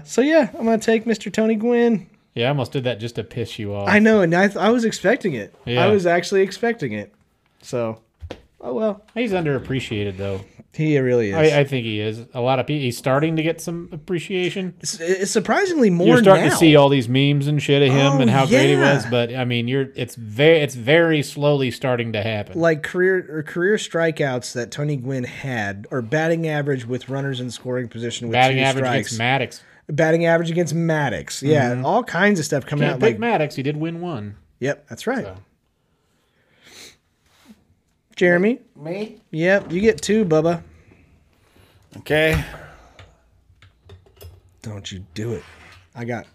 So yeah, I'm gonna take Mr. Tony Gwynn. Yeah, I almost did that just to piss you off. I know, and I, th- I was expecting it. Yeah. I was actually expecting it. So, oh well. He's underappreciated though. He really is. I, I think he is. A lot of people. He's starting to get some appreciation. it's, it's surprisingly more You're starting now. to see all these memes and shit of him Oh, and how great he yeah. was. But I mean, you're it's very it's very slowly starting to happen. like career or career strikeouts that Tony Gwynn had, or batting average with runners in scoring position with Batting two average strikes, against Maddox. Mm-hmm. batting average against Maddox. Yeah, all kinds of stuff coming Can't out. pick Like, Maddox. He did win one. yep, that's right. Jeremy, Me? yep, you get two, Bubba. Okay. Don't you do it? I got.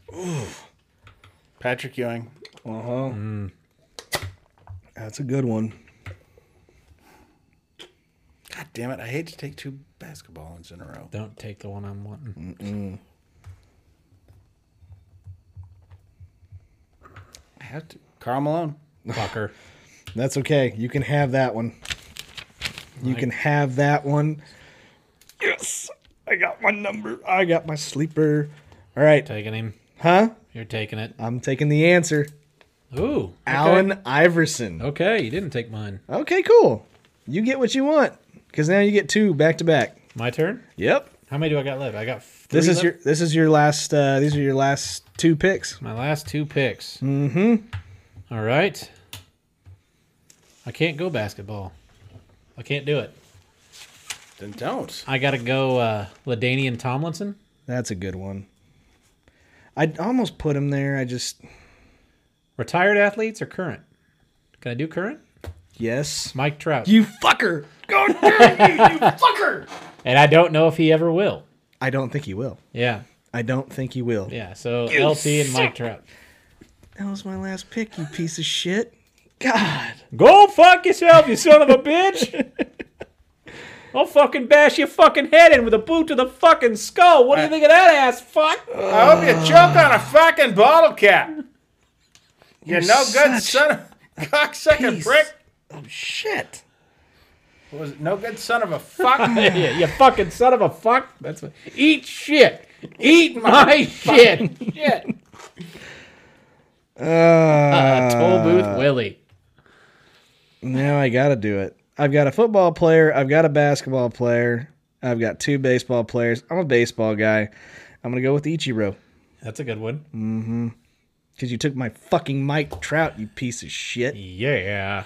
Patrick Ewing. Uh huh. That's a good one. God damn it. I hate to take two basketball ones in a row. Don't take the one I'm wanting. I have to. Carl Malone. Fucker. That's okay. You can have that one. You can have that one. Yes, I got my number. I got my sleeper. All right, Taking him. huh? You're taking it. I'm taking the answer. Ooh. okay. Allen Iverson. Okay, you didn't take mine. Okay, cool. You get what you want because now you get two back to back. My turn. Yep. How many do I got left? I got. Three This is left? your this is your last. Uh, these are your last two picks. My last two picks. Mm-hmm. All right. I can't go basketball. I can't do it. Then don't. I gotta go uh Ladanian Tomlinson. That's a good one. I almost put him there. I just Retired athletes or current? Can I do current? yes. Mike Trout. You fucker. Go and I don't know if he ever will. I don't think he will. Yeah. I don't think he will. Yeah. So LT and Mike Trout. That was my last pick, you piece of shit. God. Go fuck yourself, you son of a bitch. I'll fucking bash your fucking head in with a boot to the fucking skull. What do you think of that ass fuck? I hope you choke on a fucking bottle cap. You're, no good such son of cocksucking piece. prick. Oh shit. What Was it? no good son of a fuck. Yeah, you fucking son of a fuck. That's what, eat shit. Eat my shit. shit. Uh, Toll Booth Willie. Now I gotta do it. I've got a football player, I've got a basketball player, I've got two baseball players. I'm a baseball guy. I'm gonna go with Ichiro. That's a good one. Because you took my fucking Mike Trout, you piece of shit. Yeah.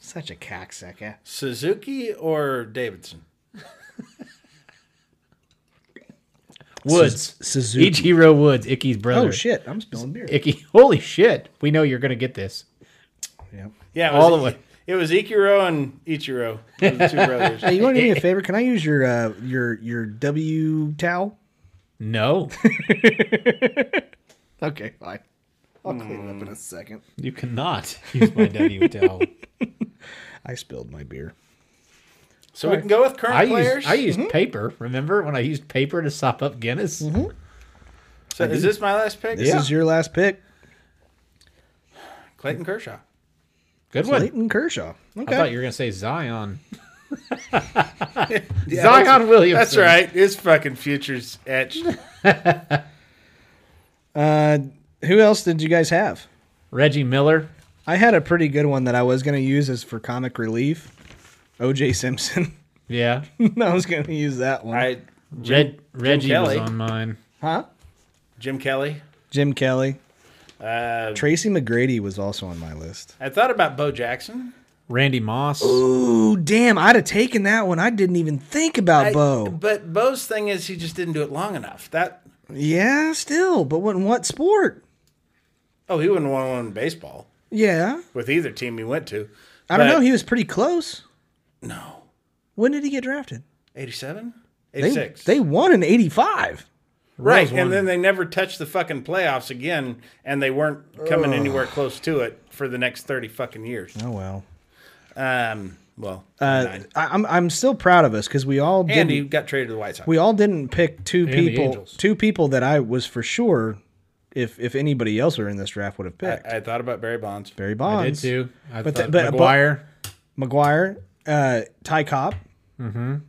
Such a cocksucker. Suzuki or Davidson? Woods. Suzuki. Ichiro Woods, Icky's brother. Oh shit, I'm spilling beer. Icky. Holy shit. We know you're going to get this. Yep. Yeah, it All was- E- the way. It was Ikiro and Ichiro, Those two brothers. Hey, you want to do me a favor? Can I use your uh, your your W towel? No. Okay, fine. I'll clean it up in a second. you cannot use my W towel. I spilled my beer. So we can go with current I players. Mm-hmm. used, I used paper. Remember when I used paper to sop up Guinness? so is this my last pick? This is your last pick, Clayton Kershaw. Good one. Clayton Kershaw. Okay. I thought you were going to say Zion. Yeah, Zion Williams. That's right. His fucking future's etched. uh, who else did you guys have? Reggie Miller. I had a pretty good one that I was going to use as for comic relief. OJ Simpson. Yeah. I was going to use that one. I Red, Reggie Kelly. was on mine. Huh? Jim Kelly. Jim Kelly. Uh, Tracy McGrady was also on my list. I thought about Bo Jackson. Randy Moss. Oh, Ooh, damn. I'd have taken that one. I didn't even think about I- Bo. But Bo's thing is he just didn't do it long enough. That Yeah, still. But what, in what sport? oh he wouldn't want to win baseball Yeah. with either team he went to. I don't But- know. He was pretty close. no When did he get drafted? eighty seven. They, 86. they won in 85. right, Royals and won. then they never touched the fucking playoffs again, and they weren't coming anywhere close to it for the next thirty fucking years. Oh, well. Um, well, Uh, I, I'm, I'm still proud of us because we all did. and he got traded to the White Sox. we all didn't pick two the people Angels. two people that I was for sure if if anybody else were in this draft would have picked. I thought about Barry Bonds. Barry I Bonds, did too. I But but the- thought but- but- McGuire. McGuire, uh, Ty Cobb.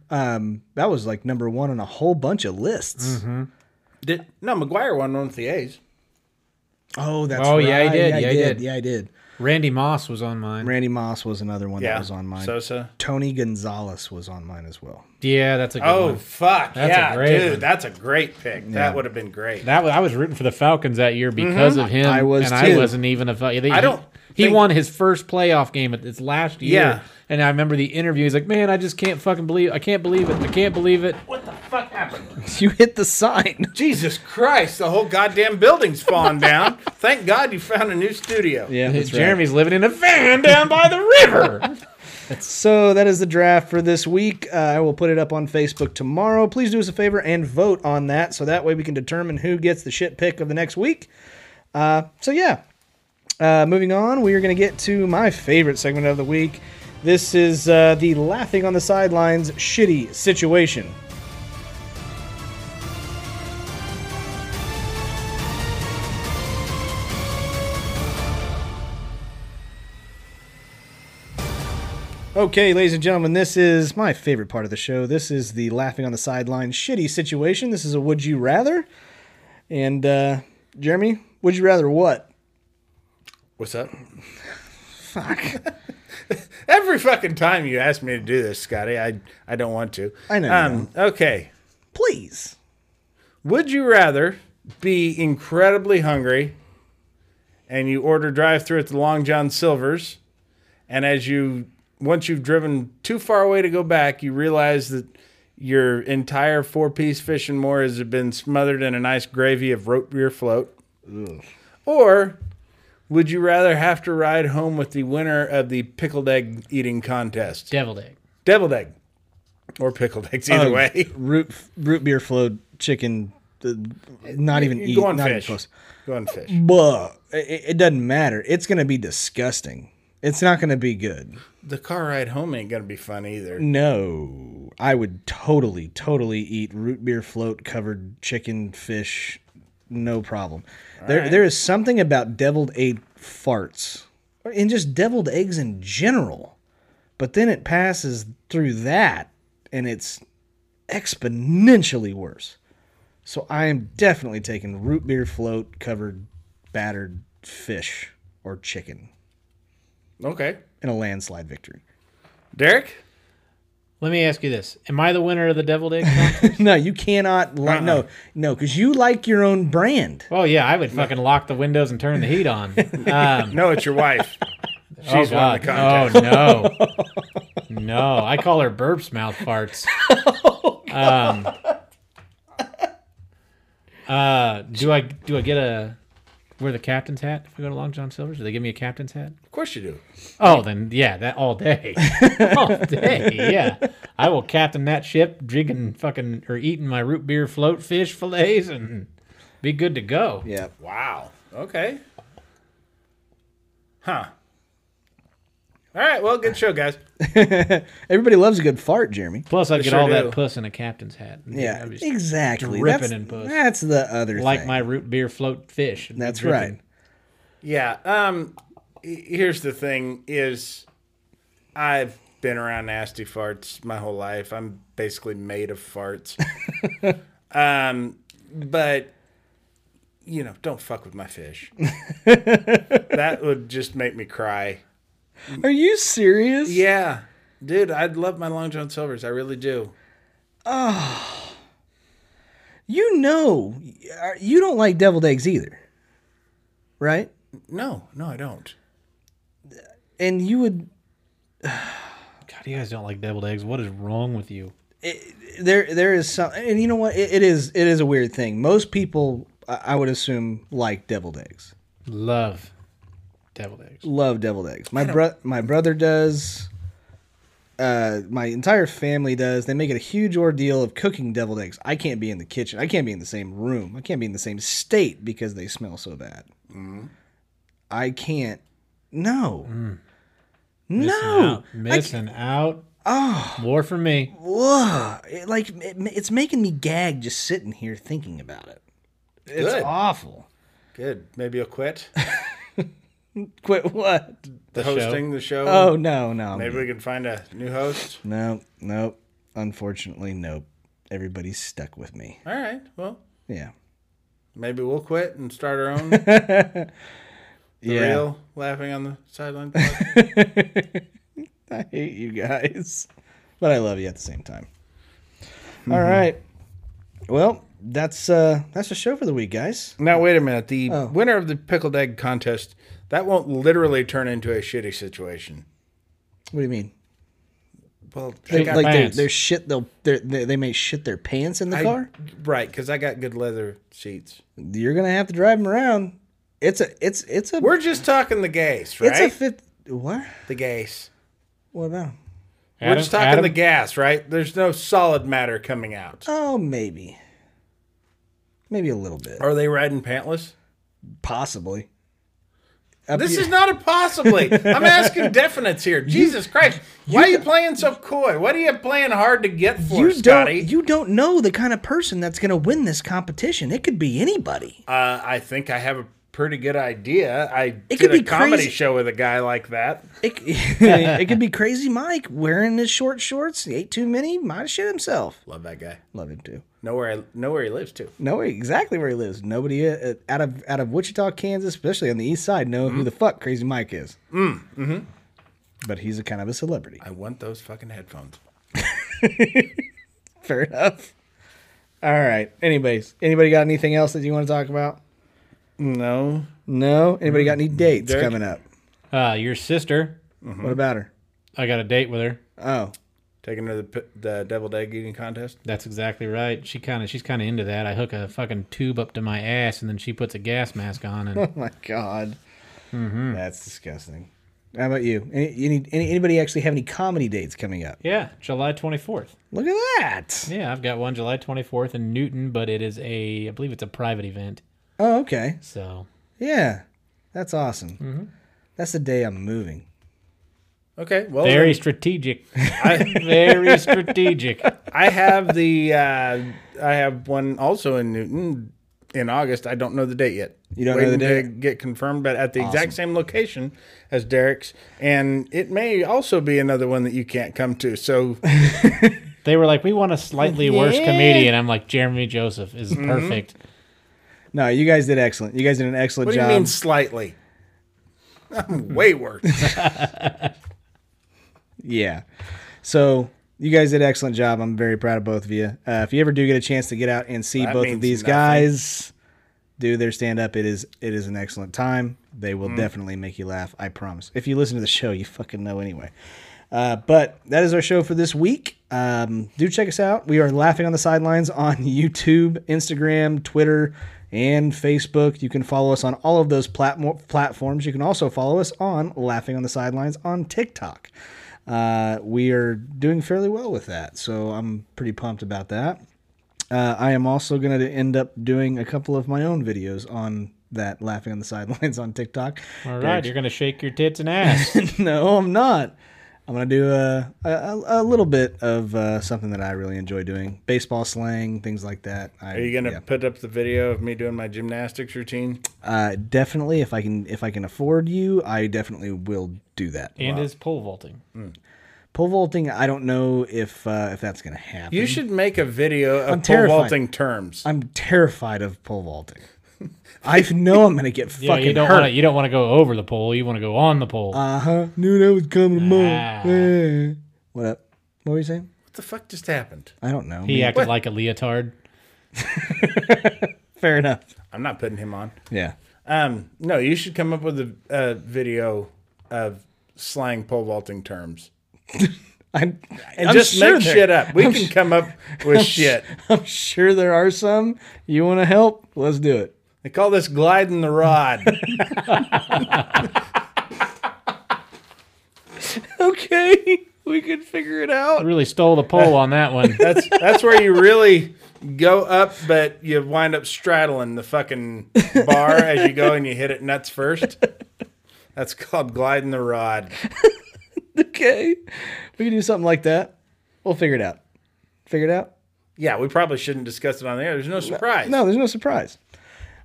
Um, that was like number one on a whole bunch of lists. Did no McGuire won one with the A's. Oh, that's Oh, yeah, I right. did. Yeah, I did. Yeah, I did. Randy Moss was on mine. Randy Moss was another one Yeah. that was on mine. Sosa. Tony Gonzalez was on mine as well. yeah, that's a good Oh one. fuck! That's a yeah, great dude, one. that's a great pick. That would have been great. That was, I was rooting for the Falcons that year because of him. I was and too. I wasn't even a. Fal- They, Mm-hmm. I don't He think- won his first playoff game at this last year. Yeah. And I remember the interview. He's like, "Man, I just can't fucking believe. I can't believe it. I can't believe it." what the fuck happened? You hit the sign. Jesus Christ! The whole goddamn building's falling down. Thank God you found a new studio. Yeah, that's right. Jeremy's living in a van down by the river. So that is the draft for this week. Uh, I will put it up on Facebook tomorrow. Please do us a favor and vote on that, so that way we can determine who gets the shit pick of the next week. Uh, so yeah, uh, moving on, we are going to get to my favorite segment of the week. This is uh, the laughing on the sidelines shitty situation. Okay, ladies and gentlemen, this is my favorite part of the show. This is the laughing on the sideline shitty situation. This is a would you rather. And uh, Jeremy, would you rather what? What's up? Fuck. Every fucking time you ask me to do this, Scotty, I I don't want to. I know you Um, okay. Please. Would you rather be incredibly hungry and you order drive through at the Long John Silver's and as you once you've driven too far away to go back, you realize that your entire four piece fish and more has been smothered in a nice gravy of root beer float? Or would you rather have to ride home with the winner of the pickled egg eating contest? Deviled egg. Deviled egg. Or pickled eggs, either Oh, way. Root root beer flowed chicken. uh, not even eat. Go on not even fish. close. Go on fish. Buh. It, it doesn't matter. It's gonna be disgusting. It's not gonna be good. The car ride home ain't gonna be fun either. No, I would totally, totally eat root beer float covered chicken fish, no problem. there, there is something about deviled egg farts, or- and just deviled eggs in general. But then it passes through that, and it's exponentially worse. So I am definitely taking root beer float covered battered fish or chicken Okay, in a landslide victory. Derek. Let me ask you this: Am I the winner of the deviled egg? contest? No, you cannot like Uh-uh. no, no, because you like your own brand. oh yeah, I would fucking lock the windows and turn the heat on. Um, No, it's your wife. oh She's won the god. contest. Oh no. No, I call her burps mouth farts. Oh, Um, uh, do I do I get a wear the captain's hat if I go to Long John Silver's? Do they give me a captain's hat? Of course you do. Oh, then yeah, that all day, all day, yeah. I will captain that ship, drinking fucking or eating my root beer float fish fillets, and be good to go. Yeah. Wow. Okay. Huh. All right. Well, good show, guys. Everybody loves a good fart, Jeremy. Plus, I get sure all do. that puss in a captain's hat. Yeah, I'd be exactly. dripping that's, in puss. that's the other like thing. my root beer float fish. It'd be that's dripping. right. Yeah. Um. h- Here's the thing: is I've been around nasty farts my whole life. I'm basically made of farts. um. But you know, don't fuck with my fish. that would just make me cry. Are you serious? Yeah. Dude, I'd love my Long John Silvers. I really do. You know, uh, you don't like deviled eggs either, right? No, no, I don't. And you would God, you guys don't like deviled eggs. What is wrong with you? there there is some, and you know what? It, it is it is a weird thing. Most people, I, I would assume, like deviled eggs. Love deviled eggs. love deviled eggs. My bro- my brother does. Uh, my entire family does. They make it a huge ordeal of cooking deviled eggs. I can't be in the kitchen. I can't be in the same room. I can't be in the same state because they smell so bad. Mm-hmm. I can't. No. No. missing out. Ah. Oh, more for me. Whoa. It, like it, it's making me gag just sitting here thinking about it. It's Good. awful. Good. Maybe you'll quit Quit what? the hosting the show. Oh no no. Maybe we can find a new host. No no. Unfortunately nope. Everybody's stuck with me. All right. Well, Yeah. maybe we'll quit and start our own. The Yeah. real laughing on the sideline. podcast? I hate you guys, but I love you at the same time. Mm-hmm. All right. Well, that's uh that's the show for the week, guys. now wait a minute. The winner of the pickled egg contest that won't literally turn into a shitty situation. What do you mean? Well, They, I got, like their, pants. their shit, they'll they're- they they may shit their pants in the I- car. right because I got good leather seats. You're gonna have to drive them around. It's a it's it's a We're just talking the gays, it's right? a fifth. What? the gays. What about? We're just talking the gas, right? There's no solid matter coming out. Oh, maybe, maybe a little bit, Are they riding pantless? possibly. Up This your- is not a possibly. I'm asking definites here. Jesus Christ. Why are you playing so coy? What are you playing hard to get for, you Scotty? don't you don't know the kind of person that's gonna win this competition. It could be anybody. uh, I think I have a pretty good idea. I did could a be comedy crazy- show with a guy like that. It, it could be Crazy Mike wearing his short shorts. He ate too many. Might have shit himself. Love that guy. Love him too. Know where I know where he lives too. Know exactly where he lives. Nobody uh, out of out of Wichita, Kansas, especially on the east side, know Mm-hmm. who the fuck Crazy Mike is. Mm. Mm-hmm. But he's a kind of a celebrity. I want those fucking headphones. Fair enough. All right. Anyways, anybody got anything else that you want to talk about? No. Mm-hmm. No. Anybody got any dates coming up? Uh, your sister. What about her? I got a date with her. Oh, Taking her to the, p- the deviled egg eating contest. That's exactly right. She kind of she's kind of into that. I hook a fucking tube up to my ass, and then she puts a gas mask on, and oh my God. Mm-hmm. That's disgusting. How about you? Any, any, any- anybody actually have any comedy dates coming up? yeah, July twenty fourth. Look at that. Yeah, I've got one July twenty fourth in Newton, but it is a I believe it's a private event. Oh, okay. So Yeah, that's awesome. Mm-hmm. That's the day I'm moving. Okay. Well, very strategic, very strategic. I have the uh, I have one also in Newton in August. I don't know the date yet. You don't know the Waiting to date? get confirmed, but at the exact same location as Derek's, and it may also be another one that you can't come to. So They were like, we want a slightly worse comedian. I'm like, Jeremy Joseph is perfect. No, you guys did excellent. You guys did an excellent what do you job. mean slightly? I'm way worse. Yeah. So you guys did an excellent job. I'm very proud of both of you. Uh, if you ever do get a chance to get out and see That both of means these nothing. guys do their stand up, it is it is an excellent time. They Mm-hmm. will definitely make you laugh. I promise. If you listen to the show, you fucking know anyway. Uh, but that is our show for this week. Um, do check us out. We are laughing on the sidelines on YouTube, Instagram, Twitter, and Facebook. You can follow us on all of those platmo- platforms. You can also follow us on Laughing on the Sidelines on TikTok. Uh, we are doing fairly well with that, so I'm pretty pumped about that. Uh, I am also going to end up doing a couple of my own videos on that laughing on the sidelines on TikTok. All right, you're gonna shake your tits and ass. no, I'm not. I'm gonna do a a, a- a little bit of uh, something that I really enjoy doing: baseball slang, things like that. I, Are you gonna yeah. put up the video of me doing my gymnastics routine? Uh, definitely, if I can, if I can afford you, I definitely will do that. and is pole vaulting. Pole vaulting, I don't know if uh, if that's gonna happen. You should make a video of pole terrified. vaulting terms. I'm terrified of pole vaulting. I know I'm gonna get Yeah, fucking you don't hurt. want to. You don't want to go over the pole. You want to go on the pole. Uh huh. Knew that was coming Ah. tomorrow. What up? What were you saying? What the fuck just happened? I don't know. he acted like a leotard. Fair enough. I'm not putting him on. Yeah. Um, no, you should come up with a, a video of slang pole vaulting terms. I'm, And I'm just sure make there- shit up. We can come up with shit. I'm sure there are some. You want to help? Let's do it. They call this gliding the rod. Okay. We can figure it out. Really stole the pole on that one. That's that's where you really go up, but you wind up straddling the fucking bar as you go and you hit it nuts first. That's called gliding the rod. Okay. We can do something like that. We'll figure it out. Figure it out? Yeah, we probably shouldn't discuss it on the air. There's no surprise. No, there's no surprise.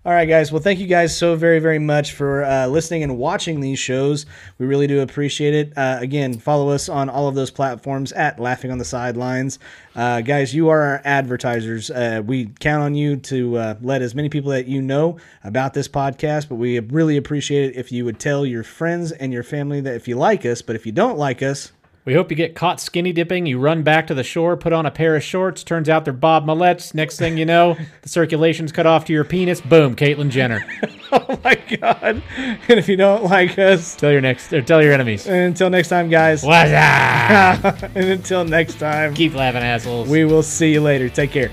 All right, guys. Well, thank you guys so very, very much for uh, listening and watching these shows. We really do appreciate it. Uh, again, follow us on all of those platforms at Laughing on the Sidelines. Uh, guys, you are our advertisers. Uh, we count on you to uh, let as many people that you know about this podcast, but we really appreciate it if you would tell your friends and your family that if you like us, but if you don't like us, We hope you get caught skinny dipping. You run back to the shore, put on a pair of shorts. Turns out they're Bob Millett's. Next thing you know, the circulation's cut off to your penis. Boom, Caitlyn Jenner. oh my God. And if you don't like us, Tell your next, or tell your enemies. and until next time, guys, What's up? and until next time, Keep laughing, assholes. we will see you later. Take care.